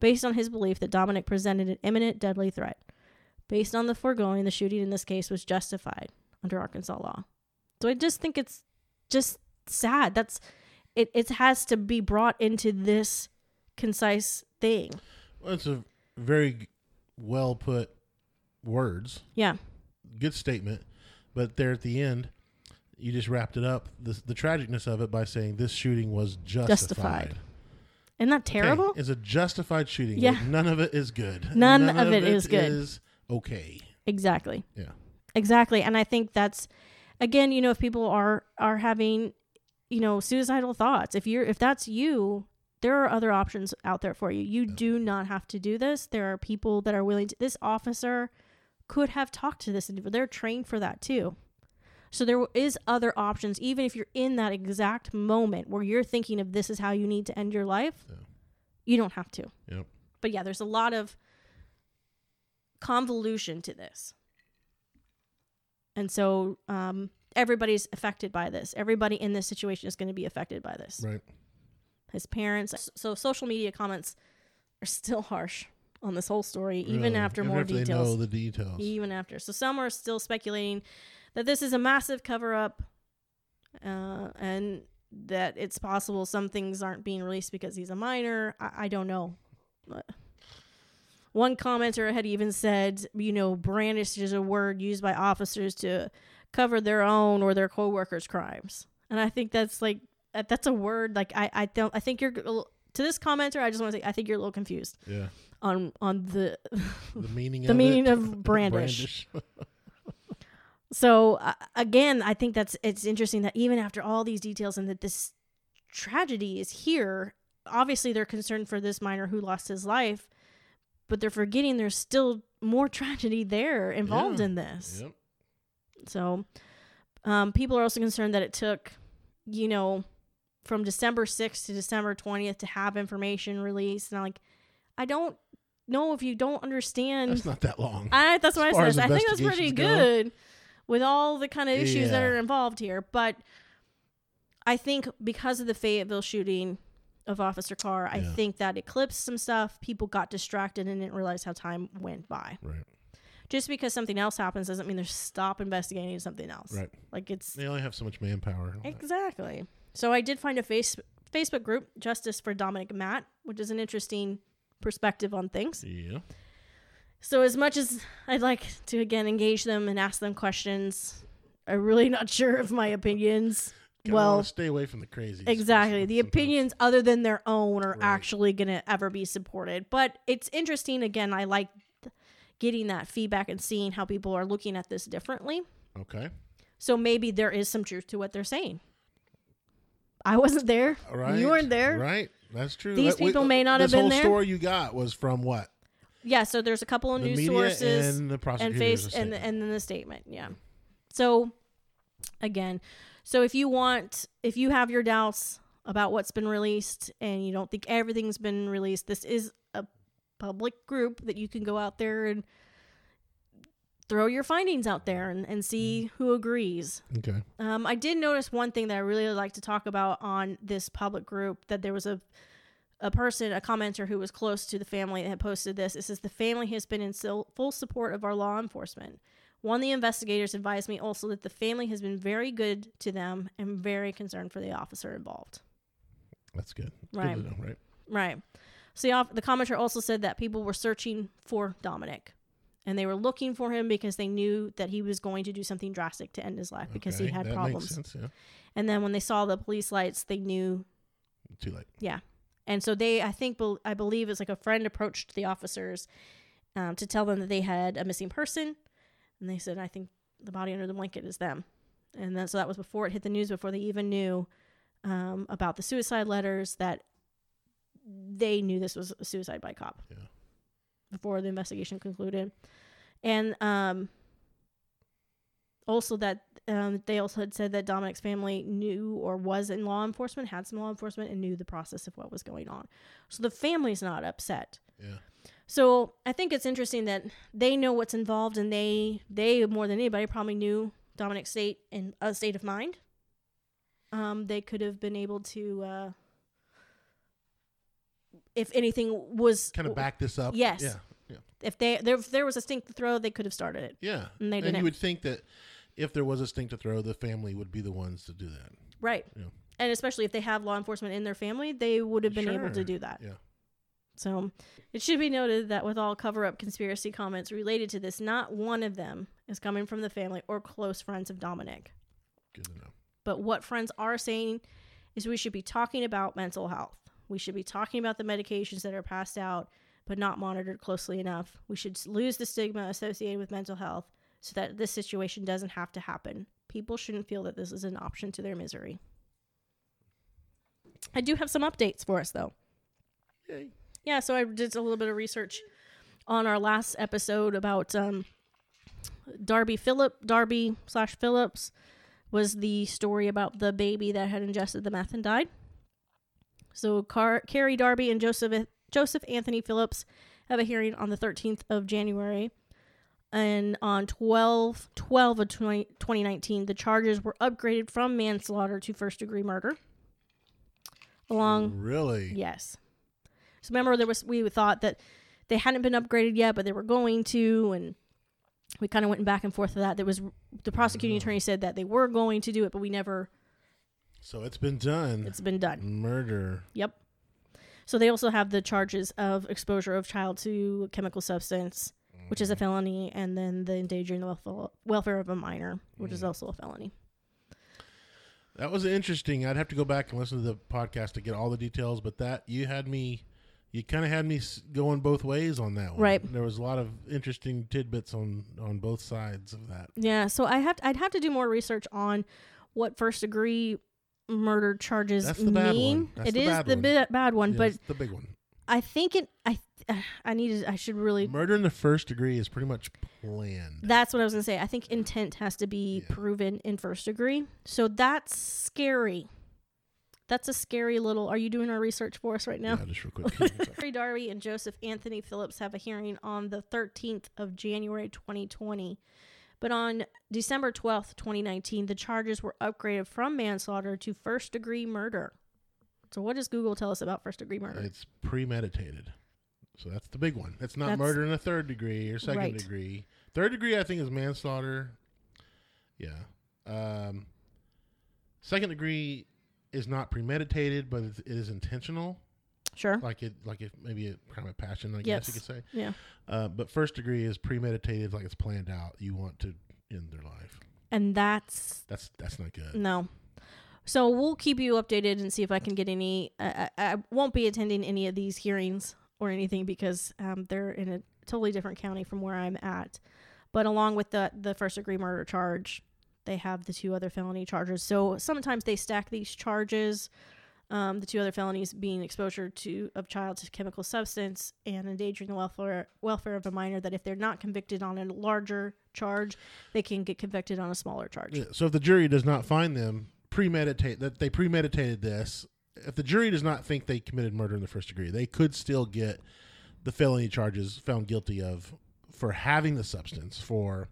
Speaker 1: based on his belief that Dominic presented an imminent deadly threat. Based on the foregoing, the shooting in this case was justified under Arkansas law. So I just think it's just sad. That's it. It has to be brought into this concise thing.
Speaker 3: Well, it's a very g- well put words,
Speaker 1: Yeah,
Speaker 3: good statement, but there at the end, you just wrapped it up the, the tragicness of it by saying this shooting was justified.
Speaker 1: Justified. isn't that
Speaker 3: Okay,
Speaker 1: terrible?
Speaker 3: It's a justified shooting.
Speaker 1: Yeah.
Speaker 3: Like, none of it is good.
Speaker 1: None of it is good.
Speaker 3: okay.
Speaker 1: Exactly.
Speaker 3: Yeah.
Speaker 1: Exactly. And I think that's again, you know, if people are are having, you know, suicidal thoughts, if you're if that's you, there are other options out there for you. You do not have to do this. There are people that are willing to this officer could have talked to this individual. They're trained for that too. So there is other options even if you're in that exact moment where you're thinking of this is how you need to end your life.
Speaker 3: Yeah.
Speaker 1: You don't have to.
Speaker 3: Yep.
Speaker 1: But yeah, there's a lot of convolution to this. And so um, everybody's affected by this. Everybody in this situation is going to be affected by this.
Speaker 3: Right.
Speaker 1: His parents. So social media comments are still harsh on this whole story, even
Speaker 3: Really.
Speaker 1: after more
Speaker 3: after
Speaker 1: details. E-
Speaker 3: They know the details.
Speaker 1: Even after. So some are still speculating that this is a massive cover up uh, and that it's possible some things aren't being released because he's a minor. I, I don't know. But- One commenter had even said, you know, brandish is a word used by officers to cover their own or their coworkers' crimes. And I think that's like, that- that's a word. Like, I, I don't, I think you're, a little- to this commenter, I just want to say, I think you're a little confused
Speaker 3: Yeah.
Speaker 1: on, on the,
Speaker 3: The meaning
Speaker 1: The
Speaker 3: of
Speaker 1: meaning
Speaker 3: it.
Speaker 1: of brandish. So uh, again, I think that's it's interesting that even after all these details and that this tragedy is here, obviously they're concerned for this minor who lost his life, but they're forgetting there's still more tragedy there involved
Speaker 3: Yeah.
Speaker 1: in this.
Speaker 3: Yep.
Speaker 1: So um, people are also concerned that it took, you know, from December 6th to December 20th to have information released. And I'm like, I don't know if you don't understand
Speaker 3: That's not that long.
Speaker 1: I, that's
Speaker 3: As
Speaker 1: what
Speaker 3: far
Speaker 1: I
Speaker 3: as
Speaker 1: said. I think that's pretty
Speaker 3: investigations go.
Speaker 1: good with all the kind of issues that
Speaker 3: Yeah.
Speaker 1: are involved here. But I think because of the Fayetteville shooting of Officer Carr, I
Speaker 3: Yeah.
Speaker 1: think that eclipsed some stuff. People got distracted and didn't realize how time went by.
Speaker 3: right.
Speaker 1: Just because something else happens doesn't mean they stop investigating something else.
Speaker 3: Right.
Speaker 1: Like it's
Speaker 3: They only have so much manpower.
Speaker 1: Exactly. So I did find a face Facebook group, Justice for Dominic Matt, which is an interesting perspective on things.
Speaker 3: Yeah.
Speaker 1: So as much as I'd like to again engage them and ask them questions, I'm really not sure of my opinions.
Speaker 3: Kinda
Speaker 1: well,
Speaker 3: wanna stay away from the crazy.
Speaker 1: exactly. The opinions other than their own are
Speaker 3: Right.
Speaker 1: actually going to ever be supported. But it's interesting again, I like th- getting that feedback and seeing how people are looking at this differently.
Speaker 3: Okay.
Speaker 1: So maybe there is some truth to what they're saying. I wasn't there.
Speaker 3: All right.
Speaker 1: You weren't there.
Speaker 3: Right. That's true.
Speaker 1: These
Speaker 3: That- wait,
Speaker 1: people may not have
Speaker 3: this
Speaker 1: been
Speaker 3: whole
Speaker 1: there.
Speaker 3: story you got was from what?
Speaker 1: Yeah, so there's a couple of
Speaker 3: the
Speaker 1: news
Speaker 3: media
Speaker 1: sources.
Speaker 3: and the
Speaker 1: and
Speaker 3: prosecutors.
Speaker 1: face and and then the statement yeah so again so if you want if you have your doubts about what's been released and you don't think everything's been released this is a public group that you can go out there and throw your findings out there and, and
Speaker 3: Mm.
Speaker 1: see who agrees
Speaker 3: okay.
Speaker 1: um, I did notice one thing that I really like to talk about on this public group that there was a a person, a commenter who was close to the family that had posted this. It says the family has been in sil- full support of our law enforcement. One of the investigators advised me also that the family has been very good to them and very concerned for the officer involved.
Speaker 3: That's good. Good to
Speaker 1: Right.
Speaker 3: know, right.
Speaker 1: Right. So the, off- the commenter also said that people were searching for Dominic and they were looking for him because they knew that he was going to do something drastic to end his life because he
Speaker 3: Okay,
Speaker 1: had
Speaker 3: that
Speaker 1: problems.
Speaker 3: Makes sense, yeah.
Speaker 1: And then when they saw the police lights, they knew
Speaker 3: Too late.
Speaker 1: and so they, I think, bel- I believe it's like a friend approached the officers um, to tell them that they had a missing person. And they said, I think the body under the blanket is them. And then, so that was before it hit the news, before they even knew um, about the suicide letters, that they knew this was a suicide by cop
Speaker 3: Yeah.
Speaker 1: before the investigation concluded. And um, also that um, they also had said that Dominic's family knew or was in law enforcement, had some law enforcement, and knew the process of what was going on. So the family's not upset.
Speaker 3: Yeah.
Speaker 1: So I think it's interesting that they know what's involved, and they they more than anybody probably knew Dominic's state and uh, state of mind. Um, they could have been able to, uh, if anything was
Speaker 3: Kind of back this up.
Speaker 1: Yes.
Speaker 3: Yeah. Yeah.
Speaker 1: if they there if there was a stink to throw, they could have started it.
Speaker 3: Yeah.
Speaker 1: And they didn't.
Speaker 3: you would think that if there was a stink to throw, the family would be the ones to do that.
Speaker 1: Right.
Speaker 3: Yeah.
Speaker 1: And especially if they have law enforcement in their family, they would have been able to
Speaker 3: Sure.
Speaker 1: do that.
Speaker 3: Yeah.
Speaker 1: So it should be noted that with all cover up conspiracy comments related to this, not one of them is coming from the family or close friends of Dominic.
Speaker 3: Good to know.
Speaker 1: But what friends are saying is we should be talking about mental health. We should be talking about the medications that are passed out but not monitored closely enough. We should s- lose the stigma associated with mental health so that this situation doesn't have to happen. People shouldn't feel that this is an option to their misery. I do have some updates for us though.
Speaker 3: Yay.
Speaker 1: Yeah, so I did a little bit of research on our last episode about um, Darby Phillip. Darby slash Phillips was the story about the baby that had ingested the meth and died. So Car- Carrie Darby and Joseph Joseph Anthony Phillips have a hearing on the 13th of January. And on 12 12 of 20, 2019, the charges were upgraded from manslaughter to first degree murder. Along
Speaker 3: Really?
Speaker 1: Yes. So remember, there was we thought that they hadn't been upgraded yet, but they were going to, and we kind of went back and forth with that. There was the prosecuting
Speaker 3: Mm.
Speaker 1: attorney said that they were going to do it, but we never.
Speaker 3: So it's been done.
Speaker 1: It's been done.
Speaker 3: Murder.
Speaker 1: Yep. So they also have the charges of exposure of child to a chemical substance, which
Speaker 3: Mm.
Speaker 1: is a felony, and then the endangering the welfare- welfare of a minor, which
Speaker 3: Mm.
Speaker 1: is also a felony.
Speaker 3: That was interesting. I'd have to go back and listen to the podcast to get all the details, but that you had me, you kind of had me s- going both ways on that one.
Speaker 1: Right.
Speaker 3: There was a lot of interesting tidbits on on both sides of that.
Speaker 1: Yeah, so I have I'd have to do more research on what first degree murder charges
Speaker 3: That's
Speaker 1: mean.
Speaker 3: the bad one. That's
Speaker 1: It
Speaker 3: the
Speaker 1: is
Speaker 3: bad
Speaker 1: the
Speaker 3: one.
Speaker 1: bi- bad one,
Speaker 3: Yeah,
Speaker 1: but
Speaker 3: that's the big one,
Speaker 1: I think it I I needed I should really
Speaker 3: murder in the first degree, is pretty much planned.
Speaker 1: that's what I was gonna say. I think intent has to be
Speaker 3: Yeah.
Speaker 1: proven in first degree. So that's scary. That's a scary little are you doing our research for us right now?
Speaker 3: Yeah, just real quick.
Speaker 1: Harry Darby and Joseph Anthony Phillips have a hearing on the 13th of January 2020. But on December 12th, 2019, the charges were upgraded from manslaughter to first degree murder. So, what does Google tell us about first degree murder?
Speaker 3: It's premeditated. So that's the big one. That's not
Speaker 1: That's-
Speaker 3: murder in the third degree or second
Speaker 1: Right.
Speaker 3: degree. Third degree, I think, is manslaughter. Yeah. Um, second degree is not premeditated, but it it is intentional.
Speaker 1: Sure.
Speaker 3: Like it, like it, maybe a crime of passion. I guess
Speaker 1: Yes.
Speaker 3: you could say.
Speaker 1: Yeah.
Speaker 3: Uh, but first degree is premeditated, like it's planned out. You want to end their life.
Speaker 1: And that's
Speaker 3: That's that's not good.
Speaker 1: No. So we'll keep you updated and see if I can get any. I, I I won't be attending any of these hearings or anything because um, they're in a totally different county from where I'm at. But along with the the first degree murder charge, they have the two other felony charges. So sometimes they stack these charges. Um, the two other felonies being exposure to of child to chemical substance and endangering the welfare welfare of a minor. That if they're not convicted on a larger charge, they can get convicted on a smaller charge.
Speaker 3: Yeah, so if the jury does not find them premeditate that they premeditated this, if the jury does not think they committed murder in the first degree, they could still get the felony charges found guilty of for having the substance for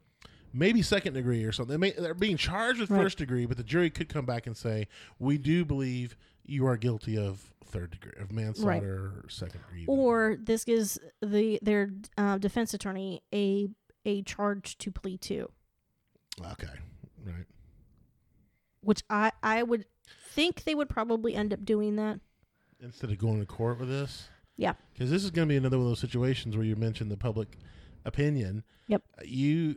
Speaker 3: maybe second degree or something. They may, they're being charged with
Speaker 1: Right.
Speaker 3: first degree, but the jury could come back and say, "We do believe you are guilty of third degree of manslaughter or second degree."
Speaker 1: or this gives the their uh, defense attorney a a charge to plead to,
Speaker 3: okay, right.
Speaker 1: which I I would think they would probably end up doing that.
Speaker 3: instead of going to court with this.
Speaker 1: Yeah.
Speaker 3: Because this is going to be another one of those situations where you mentioned the public opinion. Uh,
Speaker 1: Yep.
Speaker 3: You,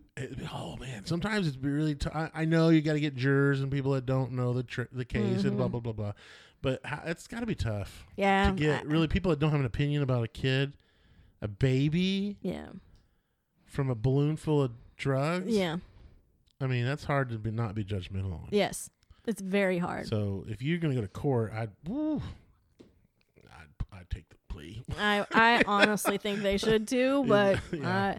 Speaker 3: oh man, sometimes it's be really. T- I, I know you got to get jurors and people that don't know the tr- the case and blah
Speaker 1: Mm-hmm.
Speaker 3: blah blah blah, but ho- it's got to be tough
Speaker 1: Yeah.
Speaker 3: to get
Speaker 1: Um, I-
Speaker 3: really people that don't have an opinion about a kid, a baby
Speaker 1: yeah.
Speaker 3: from a balloon full of drugs.
Speaker 1: Yeah.
Speaker 3: I mean that's hard to be, not be judgmental on.
Speaker 1: Yes. It's very hard.
Speaker 3: So if you're gonna go to court, I'd, woo, I'd, I'd take the plea.
Speaker 1: I I honestly think they should too, but
Speaker 3: Yeah.
Speaker 1: uh,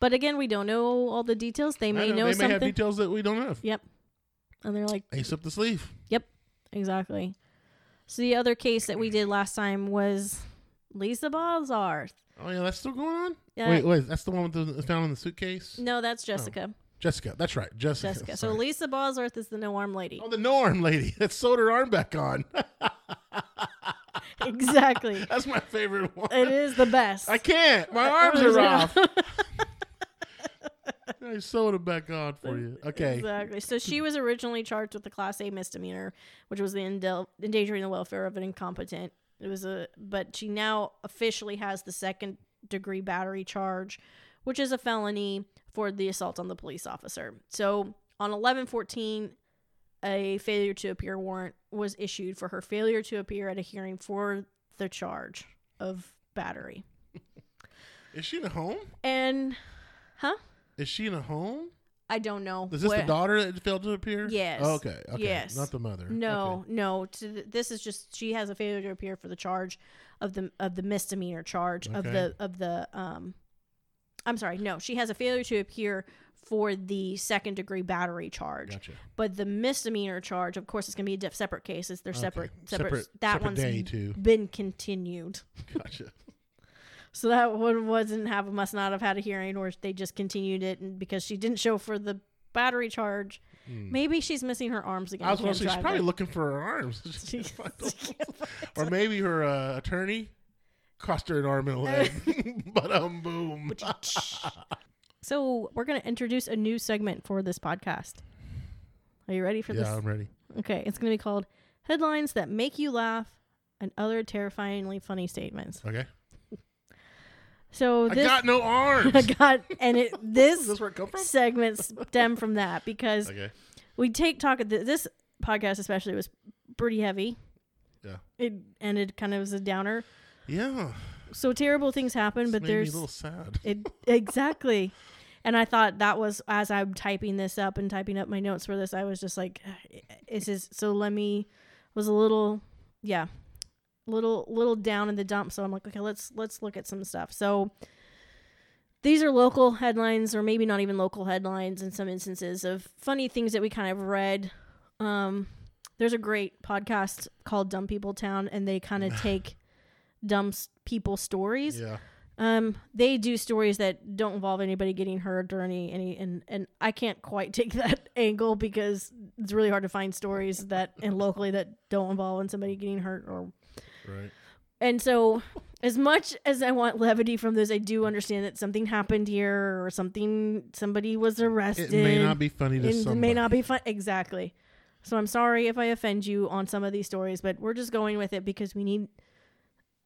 Speaker 1: but again, we don't know all the details. They
Speaker 3: I
Speaker 1: may
Speaker 3: know,
Speaker 1: know
Speaker 3: they may
Speaker 1: something,
Speaker 3: have details that we don't have.
Speaker 1: and they're like,
Speaker 3: Ace up the sleeve.
Speaker 1: exactly. So the other case that we did last time was Lisa Balzar.
Speaker 3: Oh yeah, that's still going on.
Speaker 1: Uh,
Speaker 3: wait, wait, that's the one with the that's found in the suitcase.
Speaker 1: No, that's Jessica.
Speaker 3: Jessica, that's right, Jessica.
Speaker 1: Jessica. So
Speaker 3: Oh. sorry.
Speaker 1: Lisa Bosworth is the no arm lady.
Speaker 3: Oh, the Norm lady that sewed her arm back on.
Speaker 1: exactly.
Speaker 3: That's my favorite one.
Speaker 1: It is the best.
Speaker 3: I can't. My arms are off. I sewed it back on for you. Okay.
Speaker 1: Exactly. So she was originally charged with a Class A misdemeanor, which was the endel- endangering the welfare of an incompetent. It was a, but she now officially has the second degree battery charge, which is a felony for the assault on the police officer. So on eleven fourteen, a failure to appear warrant was issued for her failure to appear at a hearing for the charge of battery.
Speaker 3: Is she in a home?
Speaker 1: And
Speaker 3: Is she in a home?
Speaker 1: I don't know.
Speaker 3: Is this
Speaker 1: where-
Speaker 3: the daughter that failed to appear?
Speaker 1: Yes.
Speaker 3: Oh, okay. Okay.
Speaker 1: Yes.
Speaker 3: Not the mother.
Speaker 1: No,
Speaker 3: Okay.
Speaker 1: no. To th- this is just she has a failure to appear for the charge of the of the misdemeanor charge of the
Speaker 3: Okay.
Speaker 1: of the um. I'm sorry. No, she has a failure to appear for the second degree battery charge,
Speaker 3: Gotcha.
Speaker 1: but the misdemeanor charge, of course, it's going to be a diff- separate cases. They're separate,
Speaker 3: Okay.
Speaker 1: separate.
Speaker 3: Separate-
Speaker 1: That
Speaker 3: separate
Speaker 1: one's
Speaker 3: day, too.
Speaker 1: been continued.
Speaker 3: Gotcha.
Speaker 1: So that one wasn't have must not have had a hearing, or they just continued it, and because she didn't show for the battery charge, maybe she's missing her arms again.
Speaker 3: Hmm. I was going
Speaker 1: Can't
Speaker 3: to say she's
Speaker 1: drive
Speaker 3: probably
Speaker 1: it.
Speaker 3: looking for her arms,
Speaker 1: She- she can't find
Speaker 3: or maybe her uh, attorney cost her an arm and a leg. but um, boom.
Speaker 1: So we're going to introduce a new segment for this podcast. Are you ready for
Speaker 3: Yeah,
Speaker 1: this?
Speaker 3: I'm ready.
Speaker 1: Okay, it's going to be called "Headlines That Make You Laugh and Other Terrifyingly Funny Statements."
Speaker 3: Okay.
Speaker 1: So
Speaker 3: I
Speaker 1: this
Speaker 3: got no arms.
Speaker 1: I got, and it this
Speaker 3: That's where it come from.
Speaker 1: segment stem from that because
Speaker 3: Okay.
Speaker 1: we take talk. th- This podcast especially was pretty heavy.
Speaker 3: Yeah.
Speaker 1: It ended kind of as a downer.
Speaker 3: Yeah.
Speaker 1: So terrible things happen,
Speaker 3: This
Speaker 1: but
Speaker 3: made me
Speaker 1: there's
Speaker 3: a little sad.
Speaker 1: It exactly. And I thought that was as I'm typing this up and typing up my notes for this, I was just like, "This is so." Let me was a little, yeah, little little down in the dump. So I'm like, okay, let's let's look at some stuff. So these are local headlines, or maybe not even local headlines, in some instances of funny things that we kind of read. Um, there's a great podcast called Dumb People Town, and they kind of take dumb s- people stories.
Speaker 3: Yeah.
Speaker 1: Um, they do stories that don't involve anybody getting hurt or any any and and I can't quite take that angle because it's really hard to find stories that and locally that don't involve in somebody getting hurt or
Speaker 3: Right.
Speaker 1: and so as much as I want levity from this, I do understand that something happened here or something somebody was
Speaker 3: It
Speaker 1: arrested.
Speaker 3: may not be funny to
Speaker 1: And
Speaker 3: some.
Speaker 1: it may not be fun exactly. So I'm sorry if I offend you on some of these stories, but we're just going with it because we need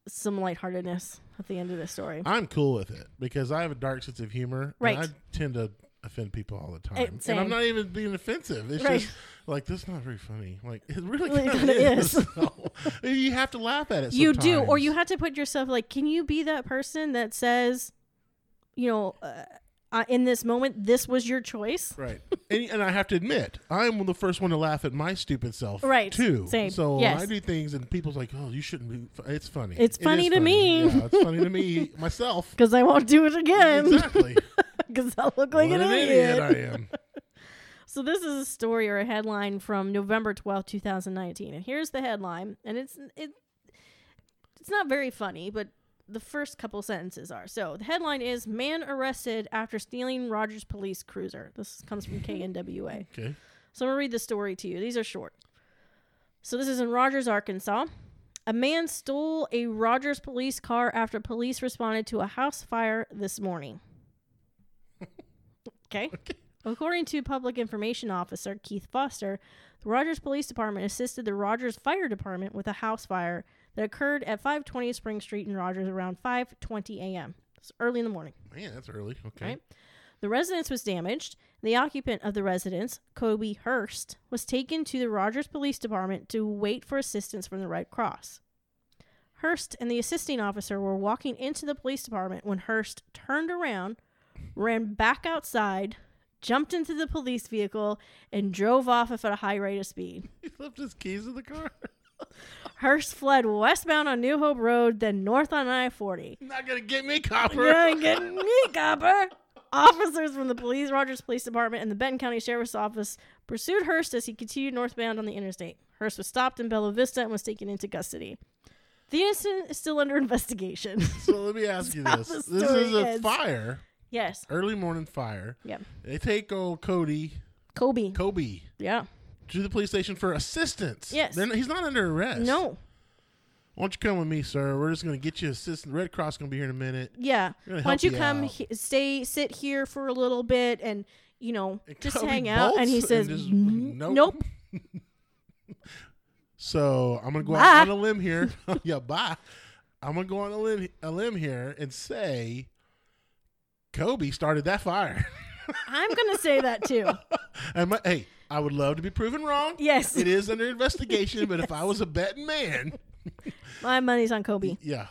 Speaker 1: some lightheartedness at the end of this story.
Speaker 3: I'm cool with it because I have a dark sense of humor.
Speaker 1: Right.
Speaker 3: And I tend to offend people all the time,
Speaker 1: Eh,
Speaker 3: and
Speaker 1: same.
Speaker 3: I'm not even being offensive. It's
Speaker 1: Right.
Speaker 3: just like this is not very funny. Like it really
Speaker 1: Really
Speaker 3: kind of
Speaker 1: kinda
Speaker 3: is.
Speaker 1: is.
Speaker 3: So, you have to laugh at it.
Speaker 1: you do or
Speaker 3: sometimes.
Speaker 1: you have to put yourself like can you be that person that says you know uh, uh, in this moment this was your choice
Speaker 3: Right. And, and I have to admit, I'm the first one to laugh at my stupid self.
Speaker 1: Right.
Speaker 3: Too.
Speaker 1: Same.
Speaker 3: So when
Speaker 1: Yes.
Speaker 3: I do things and people's like, oh, you shouldn't be. f- It's funny.
Speaker 1: It's
Speaker 3: It is
Speaker 1: funny to me.
Speaker 3: Yeah, it's funny to me myself.
Speaker 1: because i won't do it again
Speaker 3: Exactly.
Speaker 1: because i'll look
Speaker 3: what
Speaker 1: like
Speaker 3: an
Speaker 1: an
Speaker 3: idiot.
Speaker 1: idiot
Speaker 3: I am.
Speaker 1: so this is a story or a headline from november twelfth, two 2019 and here's the headline and it's it, it's not very funny but the first couple sentences are so the headline is man arrested after stealing rogers police cruiser this comes from knwa
Speaker 3: Okay.
Speaker 1: So I'm going to read the story to you. These are short. So this is in Rogers, Arkansas. A man stole a Rogers police car after police responded to a house fire this morning. Okay. According to Public Information Officer Keith Foster, the Rogers Police Department assisted the Rogers Fire Department with a house fire that occurred at 520 Spring Street in Rogers around 5:20 a.m. It's early in the morning.
Speaker 3: Man, that's early. Okay.
Speaker 1: Right. The residence was damaged. The occupant of the residence, Kobe Hurst, was taken to the Rogers Police Department to wait for assistance from the Red Cross. Hurst and the assisting officer were walking into the police department when Hurst turned around, ran back outside, jumped into the police vehicle, and drove off at a high rate of speed.
Speaker 3: He left his keys in the car.
Speaker 1: Hurst fled westbound on New Hope Road, then north on I 40.
Speaker 3: Not gonna get me, copper.
Speaker 1: You ain't getting me, copper. Officers from the police, Rogers Police Department, and the Benton County Sheriff's Office pursued Hurst as he continued northbound on the interstate. Hurst was stopped in Bella Vista and was taken into custody. The incident is still under investigation.
Speaker 3: So let me ask you
Speaker 1: That's
Speaker 3: this:
Speaker 1: how the
Speaker 3: This is
Speaker 1: story
Speaker 3: a
Speaker 1: ends.
Speaker 3: fire,
Speaker 1: yes.
Speaker 3: early morning fire.
Speaker 1: Yep.
Speaker 3: They take old Cody,
Speaker 1: Kobe.
Speaker 3: Kobe,
Speaker 1: yeah.
Speaker 3: to the police station for assistance.
Speaker 1: Yes.
Speaker 3: They're not- he's not under arrest.
Speaker 1: No.
Speaker 3: Why don't you come with me, sir? We're just gonna get you assistance. Red Cross gonna be here in a minute.
Speaker 1: Yeah.
Speaker 3: We're
Speaker 1: Why
Speaker 3: gonna
Speaker 1: don't
Speaker 3: help
Speaker 1: you
Speaker 3: you
Speaker 1: come,
Speaker 3: out.
Speaker 1: he- stay, sit here for a little bit, and you know,
Speaker 3: And
Speaker 1: just
Speaker 3: Kobe
Speaker 1: hang out? And he
Speaker 3: bolts
Speaker 1: says,
Speaker 3: just-
Speaker 1: "N- "Nope."
Speaker 3: so I'm gonna go
Speaker 1: Bye.
Speaker 3: out on a limb here. yeah, bye. I'm gonna go on a limb a limb here and say Kobe started that fire.
Speaker 1: I'm gonna say that too.
Speaker 3: and my, hey, I would love to be proven wrong.
Speaker 1: Yes.
Speaker 3: It is under investigation, but if I was a betting man,
Speaker 1: My money's on Kobe.
Speaker 3: yeah.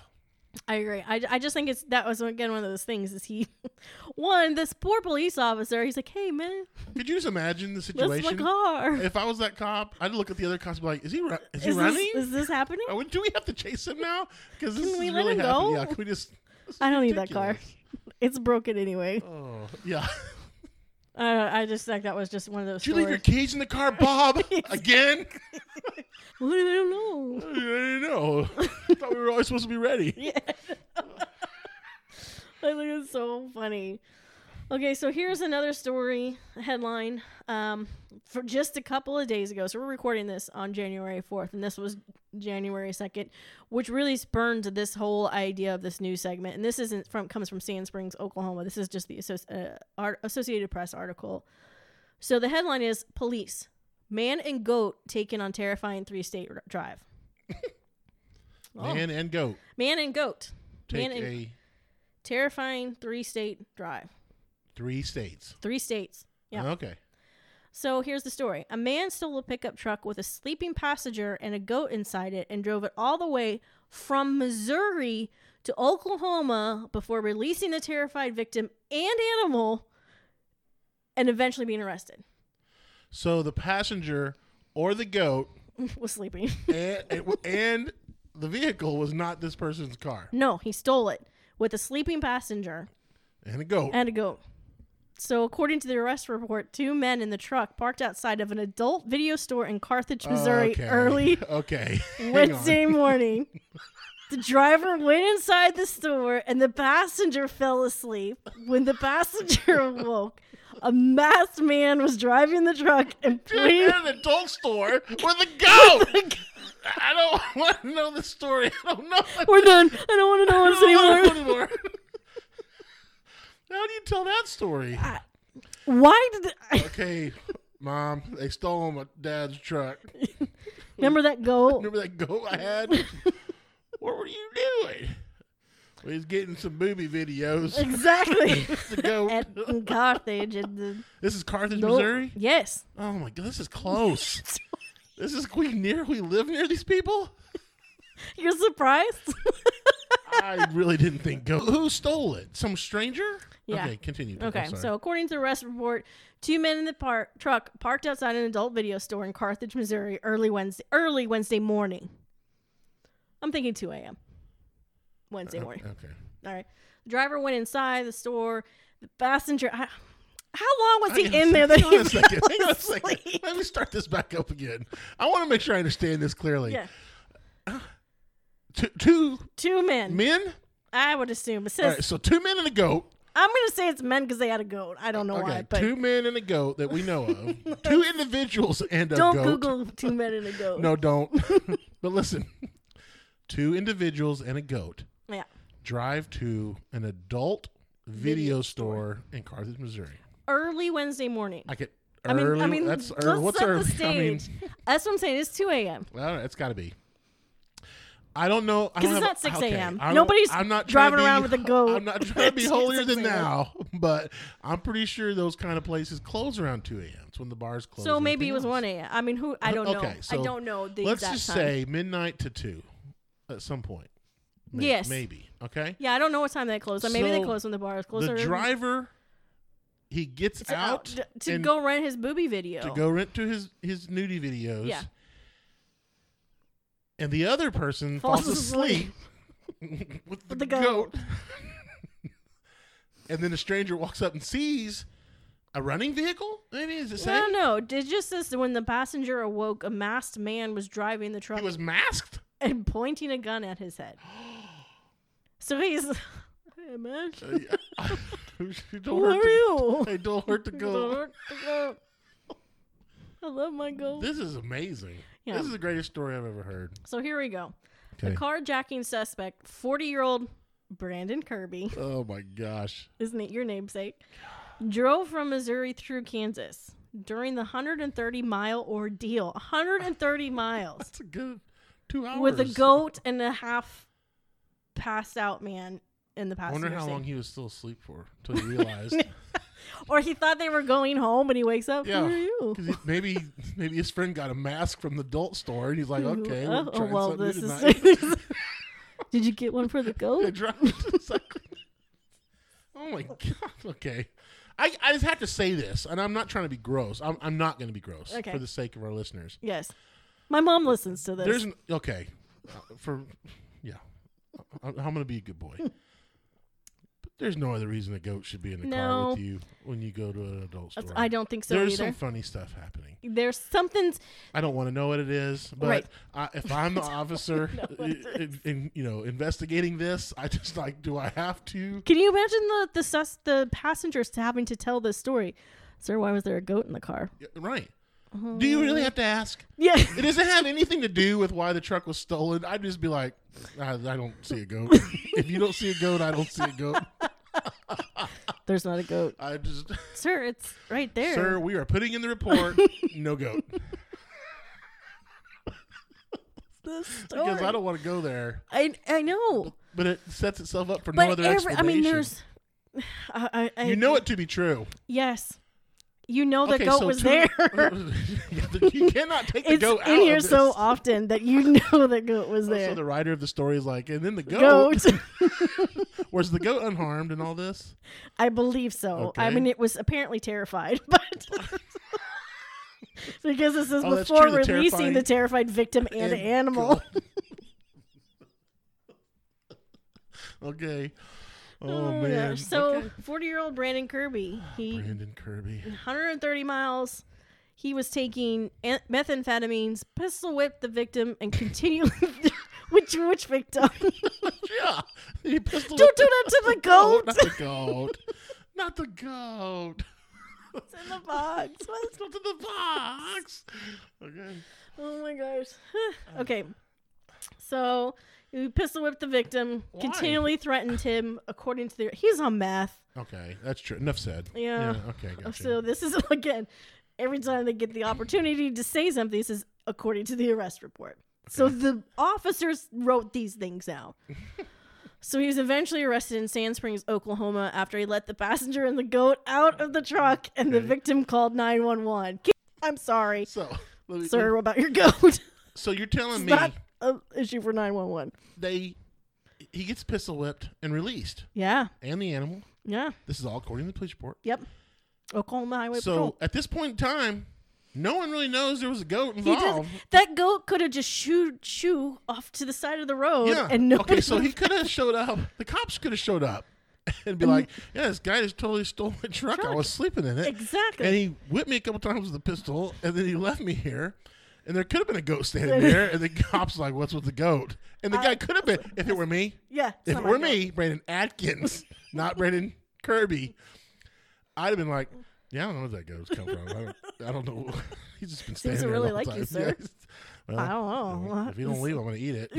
Speaker 1: I agree. I, I just think it's that was again one of those things. Is he one this poor police officer? He's like, hey man,
Speaker 3: Could you just imagine the
Speaker 1: that's my
Speaker 3: situation?
Speaker 1: car.
Speaker 3: If I was that cop, I'd look at the other cops and be like, "Is he ru- is he
Speaker 1: is,
Speaker 3: running?
Speaker 1: this, is this happening?
Speaker 3: Oh, do we have to chase him now? Because this
Speaker 1: Can
Speaker 3: is
Speaker 1: we let
Speaker 3: really
Speaker 1: him
Speaker 3: happening.
Speaker 1: go?
Speaker 3: Yeah, can we just? this is
Speaker 1: I don't need that car.
Speaker 3: ridiculous.
Speaker 1: It's broken anyway.
Speaker 3: Oh, yeah.
Speaker 1: I don't know, I just think that was just one of those.
Speaker 3: Did you leave your
Speaker 1: stories.
Speaker 3: keys in the car, Bob? Again?
Speaker 1: What do I don't know.
Speaker 3: I don't know. I thought we were always supposed to be ready.
Speaker 1: Yeah. I think it's so funny. Okay, so here's another story headline um, for just a couple of days ago. So we're recording this on January 4th, and this was January 2nd, which really spurned this whole idea of this new segment. And this isn't from comes from Sand Springs, Oklahoma. This is just the Associ- uh, Ar- Associated Press article. So the headline is "Police Man and Goat Taken on Terrifying Three State R- Drive." Oh.
Speaker 3: Man and goat
Speaker 1: Man and goat.
Speaker 3: take
Speaker 1: Man and-
Speaker 3: a
Speaker 1: Terrifying three state drive.
Speaker 3: three states.
Speaker 1: Three states. Yeah.
Speaker 3: Okay.
Speaker 1: So here's the story. A man stole a pickup truck with a sleeping passenger and a goat inside it and drove it all the way from Missouri to Oklahoma before releasing the terrified victim and animal and eventually being arrested.
Speaker 3: So the passenger or the goat
Speaker 1: Was sleeping.
Speaker 3: and and the vehicle was not this person's car
Speaker 1: no, he stole it with a sleeping passenger
Speaker 3: and a goat.
Speaker 1: and a goat. So, according to the arrest report, two men in the truck parked outside of an adult video store in Carthage, Missouri
Speaker 3: Okay.
Speaker 1: early
Speaker 3: Okay. Hang on.
Speaker 1: Wednesday morning. The driver went inside the store and the passenger fell asleep. When the passenger awoke, a masked man was driving the truck and
Speaker 3: Dude, you're
Speaker 1: pleaded.
Speaker 3: in an adult store with a goat. I don't want to know the story. I don't know. I
Speaker 1: We're done. I don't want to know this
Speaker 3: don't wanna know
Speaker 1: anymore.
Speaker 3: anymore. How do you tell that story?
Speaker 1: Why did I
Speaker 3: Okay, mom, they stole my dad's truck.
Speaker 1: remember that goat?
Speaker 3: Remember that goat I had? what were you doing? We was getting some booby videos.
Speaker 1: Exactly.
Speaker 3: the goat.
Speaker 1: At in Carthage, at the
Speaker 3: this is Carthage,
Speaker 1: goat.
Speaker 3: Missouri.
Speaker 1: Yes.
Speaker 3: Oh my god, this is close. this is we near we live near these people.
Speaker 1: You're surprised?
Speaker 3: I really didn't think go. Who stole it? Some stranger?
Speaker 1: Yeah.
Speaker 3: Okay, continue. I'm
Speaker 1: Okay,
Speaker 3: sorry.
Speaker 1: so according to the arrest report, two men in the par- truck parked outside an adult video store in Carthage, Missouri, early Wednesday early Wednesday morning. I'm thinking 2 a.m. Wednesday morning.
Speaker 3: okay.
Speaker 1: All right. The driver went inside the store. The passenger. I, how long was
Speaker 3: Hang
Speaker 1: he in
Speaker 3: on a
Speaker 1: there
Speaker 3: second.
Speaker 1: that
Speaker 3: Hang
Speaker 1: he
Speaker 3: on a
Speaker 1: fell
Speaker 3: second. Hang on a second.
Speaker 1: asleep?
Speaker 3: Let me start this back up again. I want to make sure I understand this clearly.
Speaker 1: Yeah,
Speaker 3: Two, two
Speaker 1: two men.
Speaker 3: men.
Speaker 1: I would assume. It
Speaker 3: All
Speaker 1: says
Speaker 3: right, so two men and a goat.
Speaker 1: I'm going to say it's men because they had a goat. Oh, I don't know
Speaker 3: Okay,
Speaker 1: why, but
Speaker 3: two men and a goat that we know of. two individuals and a
Speaker 1: don't
Speaker 3: goat.
Speaker 1: Google two men and a goat.
Speaker 3: No, don't. but listen, two individuals and a goat
Speaker 1: Yeah.
Speaker 3: drive to an adult video, store in Carthage, Missouri.
Speaker 1: Early Wednesday morning.
Speaker 3: I could.
Speaker 1: I mean,
Speaker 3: Early,
Speaker 1: I mean,
Speaker 3: that's
Speaker 1: let's
Speaker 3: early. What's
Speaker 1: set
Speaker 3: early?
Speaker 1: the stage.
Speaker 3: I mean,
Speaker 1: That's what I'm saying. It's 2 a.m.
Speaker 3: well, it's got to be. I don't know. I
Speaker 1: 'Cause
Speaker 3: don't
Speaker 1: it's
Speaker 3: have-
Speaker 1: not 6
Speaker 3: okay,
Speaker 1: a.m..
Speaker 3: I don't-
Speaker 1: Nobody's
Speaker 3: I'm not trying
Speaker 1: driving
Speaker 3: to be-
Speaker 1: around with a goat
Speaker 3: I'm not trying to be
Speaker 1: at
Speaker 3: holier
Speaker 1: 6
Speaker 3: than
Speaker 1: a.m..
Speaker 3: now, but I'm pretty sure those kind of places close around 2 a.m. It's when the bars close.
Speaker 1: So
Speaker 3: and
Speaker 1: maybe
Speaker 3: everything
Speaker 1: it was
Speaker 3: else.
Speaker 1: one a.m. I mean, who? I don't know.
Speaker 3: Okay, so
Speaker 1: I don't know the
Speaker 3: Let's
Speaker 1: exact
Speaker 3: just
Speaker 1: time.
Speaker 3: say midnight to 2 at some point. May-
Speaker 1: Yes.
Speaker 3: Maybe. Okay.
Speaker 1: Yeah, I don't know what time they close. So maybe they
Speaker 3: So,
Speaker 1: close when the bar is
Speaker 3: The
Speaker 1: closer. uh,
Speaker 3: driver, he gets
Speaker 1: to,
Speaker 3: out
Speaker 1: d- to
Speaker 3: and
Speaker 1: go rent his booby video.
Speaker 3: to go rent to his his nudie videos.
Speaker 1: Yeah.
Speaker 3: And the other person
Speaker 1: Falls
Speaker 3: falls, asleep with the,
Speaker 1: the goat.
Speaker 3: goat. and then a stranger walks up and sees a running vehicle. Maybe is it
Speaker 1: I
Speaker 3: say
Speaker 1: don't know. It just says that when the passenger awoke, a masked man was driving the truck
Speaker 3: he was masked?
Speaker 1: and pointing a gun at his head. so he's, hey man,
Speaker 3: Uh, yeah. don't
Speaker 1: who
Speaker 3: hurt
Speaker 1: are
Speaker 3: the,
Speaker 1: you?
Speaker 3: Hey, don't hurt the goat.
Speaker 1: I love my goat.
Speaker 3: This is amazing.
Speaker 1: Yeah.
Speaker 3: This is the greatest story I've ever heard.
Speaker 1: so here we go. The
Speaker 3: Okay.
Speaker 1: carjacking suspect, 40 year old Brandon Kirby,
Speaker 3: Oh my gosh.
Speaker 1: isn't it your namesake, drove from Missouri through Kansas during the 130 mile ordeal. 130 miles
Speaker 3: That's a good two hours.
Speaker 1: with a goat and a half passed out man in the
Speaker 3: I
Speaker 1: passenger
Speaker 3: wonder how
Speaker 1: seat.
Speaker 3: long he was still asleep for until he realized.
Speaker 1: or he thought they were going home and he wakes up.
Speaker 3: Yeah,
Speaker 1: Who are you?
Speaker 3: 'Cause he- maybe maybe his friend got a mask from the adult store, and he's like, "Okay,
Speaker 1: oh,
Speaker 3: we're trying
Speaker 1: well,
Speaker 3: something
Speaker 1: this
Speaker 3: new
Speaker 1: is.
Speaker 3: tonight."
Speaker 1: Did you get one for the
Speaker 3: They
Speaker 1: goat?
Speaker 3: dropped it. It's like- oh my god! Okay, I I just have to say this, and I'm not trying to be gross. I'm I'm not going to be gross
Speaker 1: Okay.
Speaker 3: for the sake of our listeners.
Speaker 1: Yes. My mom listens to this.
Speaker 3: There's an okay uh, for yeah. I, I'm going to be a good boy. But There's no other reason a goat should be in the car with
Speaker 1: No.
Speaker 3: you when you go to an adult store.
Speaker 1: I don't think so
Speaker 3: There's
Speaker 1: either.
Speaker 3: some funny stuff happening.
Speaker 1: There's something's
Speaker 3: I don't want to know what it is, but
Speaker 1: Right.
Speaker 3: I, if I'm the officer,
Speaker 1: what it
Speaker 3: in, in, you know, investigating this, I just like, do I have to?
Speaker 1: Can you imagine the the sus the passengers having to tell this story? Sir, why was there a goat in the car?
Speaker 3: Yeah, Right? Do
Speaker 1: Oh.
Speaker 3: you really have to ask?
Speaker 1: Yeah.
Speaker 3: It doesn't have anything to do with why the truck was stolen. I'd just be like, I, I don't see a goat. if you don't see a goat, I don't see a goat.
Speaker 1: There's not a goat.
Speaker 3: I just,
Speaker 1: Sir, it's right there.
Speaker 3: sir, we are putting in the report, no goat,
Speaker 1: The
Speaker 3: because
Speaker 1: story.
Speaker 3: I don't want to go there.
Speaker 1: I, I know.
Speaker 3: But it sets itself up for no
Speaker 1: But
Speaker 3: other
Speaker 1: every, I
Speaker 3: explanation.
Speaker 1: mean there's I, I, I,
Speaker 3: you know it to be true.
Speaker 1: Yes. You know the goat was
Speaker 3: two-
Speaker 1: there.
Speaker 3: you cannot take the
Speaker 1: it's
Speaker 3: goat out.
Speaker 1: in here
Speaker 3: of this.
Speaker 1: so
Speaker 3: Oh,
Speaker 1: often that you know the goat was there.
Speaker 3: So the writer of the story is like, and then the goat.
Speaker 1: goat.
Speaker 3: was the goat unharmed in all this?
Speaker 1: I believe so. I
Speaker 3: Okay.
Speaker 1: mean, it was apparently terrified, but because this is
Speaker 3: Oh, that's
Speaker 1: before
Speaker 3: true, the
Speaker 1: releasing the
Speaker 3: terrifying-
Speaker 1: terrified victim and,
Speaker 3: And
Speaker 1: animal.
Speaker 3: Okay. Oh,
Speaker 1: Oh, my
Speaker 3: man.
Speaker 1: gosh. So,
Speaker 3: Okay.
Speaker 1: forty-year-old Brandon Kirby, he
Speaker 3: Brandon Kirby.
Speaker 1: 130 miles. He was taking an- methamphetamines, pistol whipped the victim, and continually which which victim?
Speaker 3: Yeah. He pistol
Speaker 1: Don't
Speaker 3: whipped
Speaker 1: do
Speaker 3: the
Speaker 1: that to the goat
Speaker 3: goat, Not the goat. Not the goat.
Speaker 1: It's in the box. What?
Speaker 3: Let's go to the box. Okay.
Speaker 1: Oh my gosh. okay.
Speaker 3: Um,
Speaker 1: So he pistol whipped the victim,
Speaker 3: Why?
Speaker 1: continually threatened him. According to the, he's on meth.
Speaker 3: Okay. That's true. Enough said.
Speaker 1: Yeah.
Speaker 3: okay. Gotcha.
Speaker 1: So this is again, every time they get the opportunity to say something, this is according to the arrest report. So the officers wrote these things out. so he was eventually arrested in Sand Springs, Oklahoma, after he let the passenger and the goat out of the truck, and the
Speaker 3: Okay.
Speaker 1: victim called nine one one. I'm sorry,
Speaker 3: so, let me-
Speaker 1: sir, about your goat.
Speaker 3: So you're telling
Speaker 1: it's
Speaker 3: me
Speaker 1: not an issue for nine one one.
Speaker 3: they he gets pistol whipped and released,
Speaker 1: Yeah,
Speaker 3: and the animal.
Speaker 1: yeah,
Speaker 3: This is all according to the police report.
Speaker 1: yep. Oklahoma Highway
Speaker 3: so
Speaker 1: Patrol.
Speaker 3: at this point in time, no one really knows there was a goat
Speaker 1: He did,
Speaker 3: involved.
Speaker 1: that goat could have just shoo shoo off to the side of the road,
Speaker 3: yeah.
Speaker 1: and nobody
Speaker 3: okay, so
Speaker 1: would've
Speaker 3: he could have showed up. The cops could have showed up and be like, "Yeah, this guy just totally stole my truck. I
Speaker 1: Truck.
Speaker 3: was sleeping in it,
Speaker 1: Exactly.
Speaker 3: and he whipped me a couple times with a pistol, and then he left me here." And there could have been a goat standing there, and the cops like, "What's with the goat?" And the
Speaker 1: I-
Speaker 3: guy could have been, if it were me,
Speaker 1: yeah. it's
Speaker 3: If
Speaker 1: not
Speaker 3: it
Speaker 1: my
Speaker 3: were
Speaker 1: goat.
Speaker 3: me, Brandon Atkins, not Brandon Kirby, I'd have been like, yeah, I don't know where that goat's come from. I don't, I don't know. He's just been standing
Speaker 1: to
Speaker 3: there
Speaker 1: really
Speaker 3: the whole
Speaker 1: like you,
Speaker 3: time. Yeah,
Speaker 1: sir.
Speaker 3: he's- well,
Speaker 1: I don't
Speaker 3: you
Speaker 1: know.
Speaker 3: know, If you don't leave, I'm gonna eat it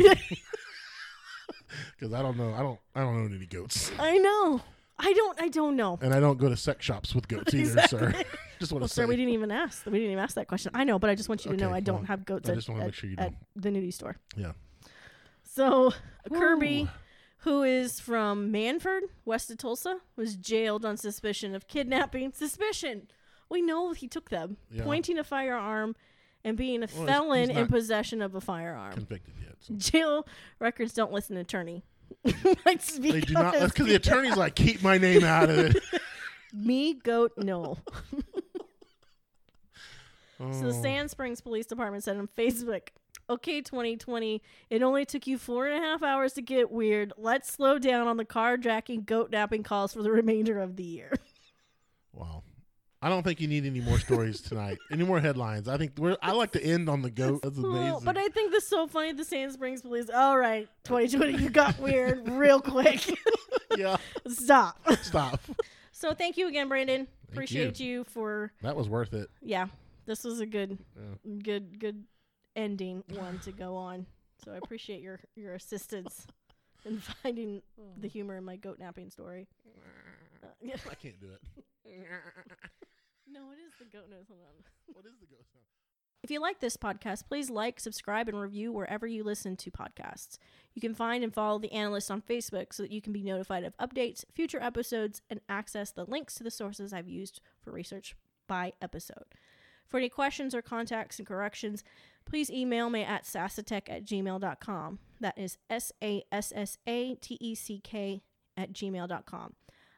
Speaker 3: because I don't know. I don't. I don't own any goats,
Speaker 1: I know. I don't. I don't know.
Speaker 3: and I don't go to sex shops with goats either, sir. Just want to say,
Speaker 1: Sir, we didn't even ask. We didn't even ask that question. I know, but I just want you to know
Speaker 3: Okay,
Speaker 1: I don't
Speaker 3: well,
Speaker 1: have goats
Speaker 3: I
Speaker 1: at,
Speaker 3: just wanna make
Speaker 1: at-
Speaker 3: sure you
Speaker 1: at
Speaker 3: know.
Speaker 1: the nudie store.
Speaker 3: yeah.
Speaker 1: So Kirby, who is from Manford, west of Tulsa, was jailed on suspicion of kidnapping. Suspicion. We know he took them,
Speaker 3: Yeah.
Speaker 1: pointing a firearm and being a
Speaker 3: he's-
Speaker 1: felon
Speaker 3: he's
Speaker 1: in
Speaker 3: not-
Speaker 1: possession of a firearm.
Speaker 3: Convicted yet? so.
Speaker 1: Jail records don't listen to attorney. It's
Speaker 3: They do not. That's
Speaker 1: because-
Speaker 3: because the attorney's like, keep my name out of it.
Speaker 1: Me goat no. So the
Speaker 3: Oh.
Speaker 1: Sand Springs Police Department said on Facebook, okay, 2020, it only took you four and a half hours to get weird. Let's slow down on the carjacking, goat napping calls for the remainder of the year.
Speaker 3: Wow. I don't think you need any more stories tonight. any more headlines? I think we're. I like to end on the goat. That's amazing.
Speaker 1: Oh, but I think this is so funny. The Sand Springs Police, all right, 2020, you got weird real quick.
Speaker 3: yeah.
Speaker 1: Stop.
Speaker 3: Stop.
Speaker 1: So thank you again, Brandon. Appreciate you. for,
Speaker 3: That was worth it.
Speaker 1: yeah, this was a good,
Speaker 3: Yeah.
Speaker 1: good, good ending one to go on. So I appreciate your, your assistance in finding the humor in my goat napping story. Uh, yeah.
Speaker 3: I can't do it.
Speaker 1: No, it is the goat nose. Hold on.
Speaker 3: What is the goat sound?
Speaker 1: If you like this podcast, please like, subscribe, and review wherever you listen to podcasts. You can find and follow The Analyst on Facebook so that you can be notified of updates, future episodes, and access the links to the sources I've used for research by episode. For any questions or contacts and corrections, please email me at sassatech at gmail.com. That is S A S S A T E C K at gmail.com.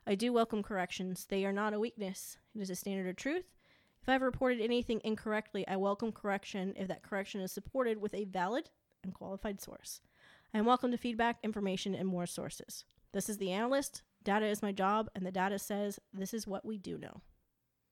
Speaker 1: I do welcome corrections. They are not a weakness, it is a standard of truth. If I've reported anything incorrectly, I welcome correction if that correction is supported with a valid and qualified source. I am welcome to feedback, information, and more sources. This is the analyst. Data is my job, and the data says this is what we do know.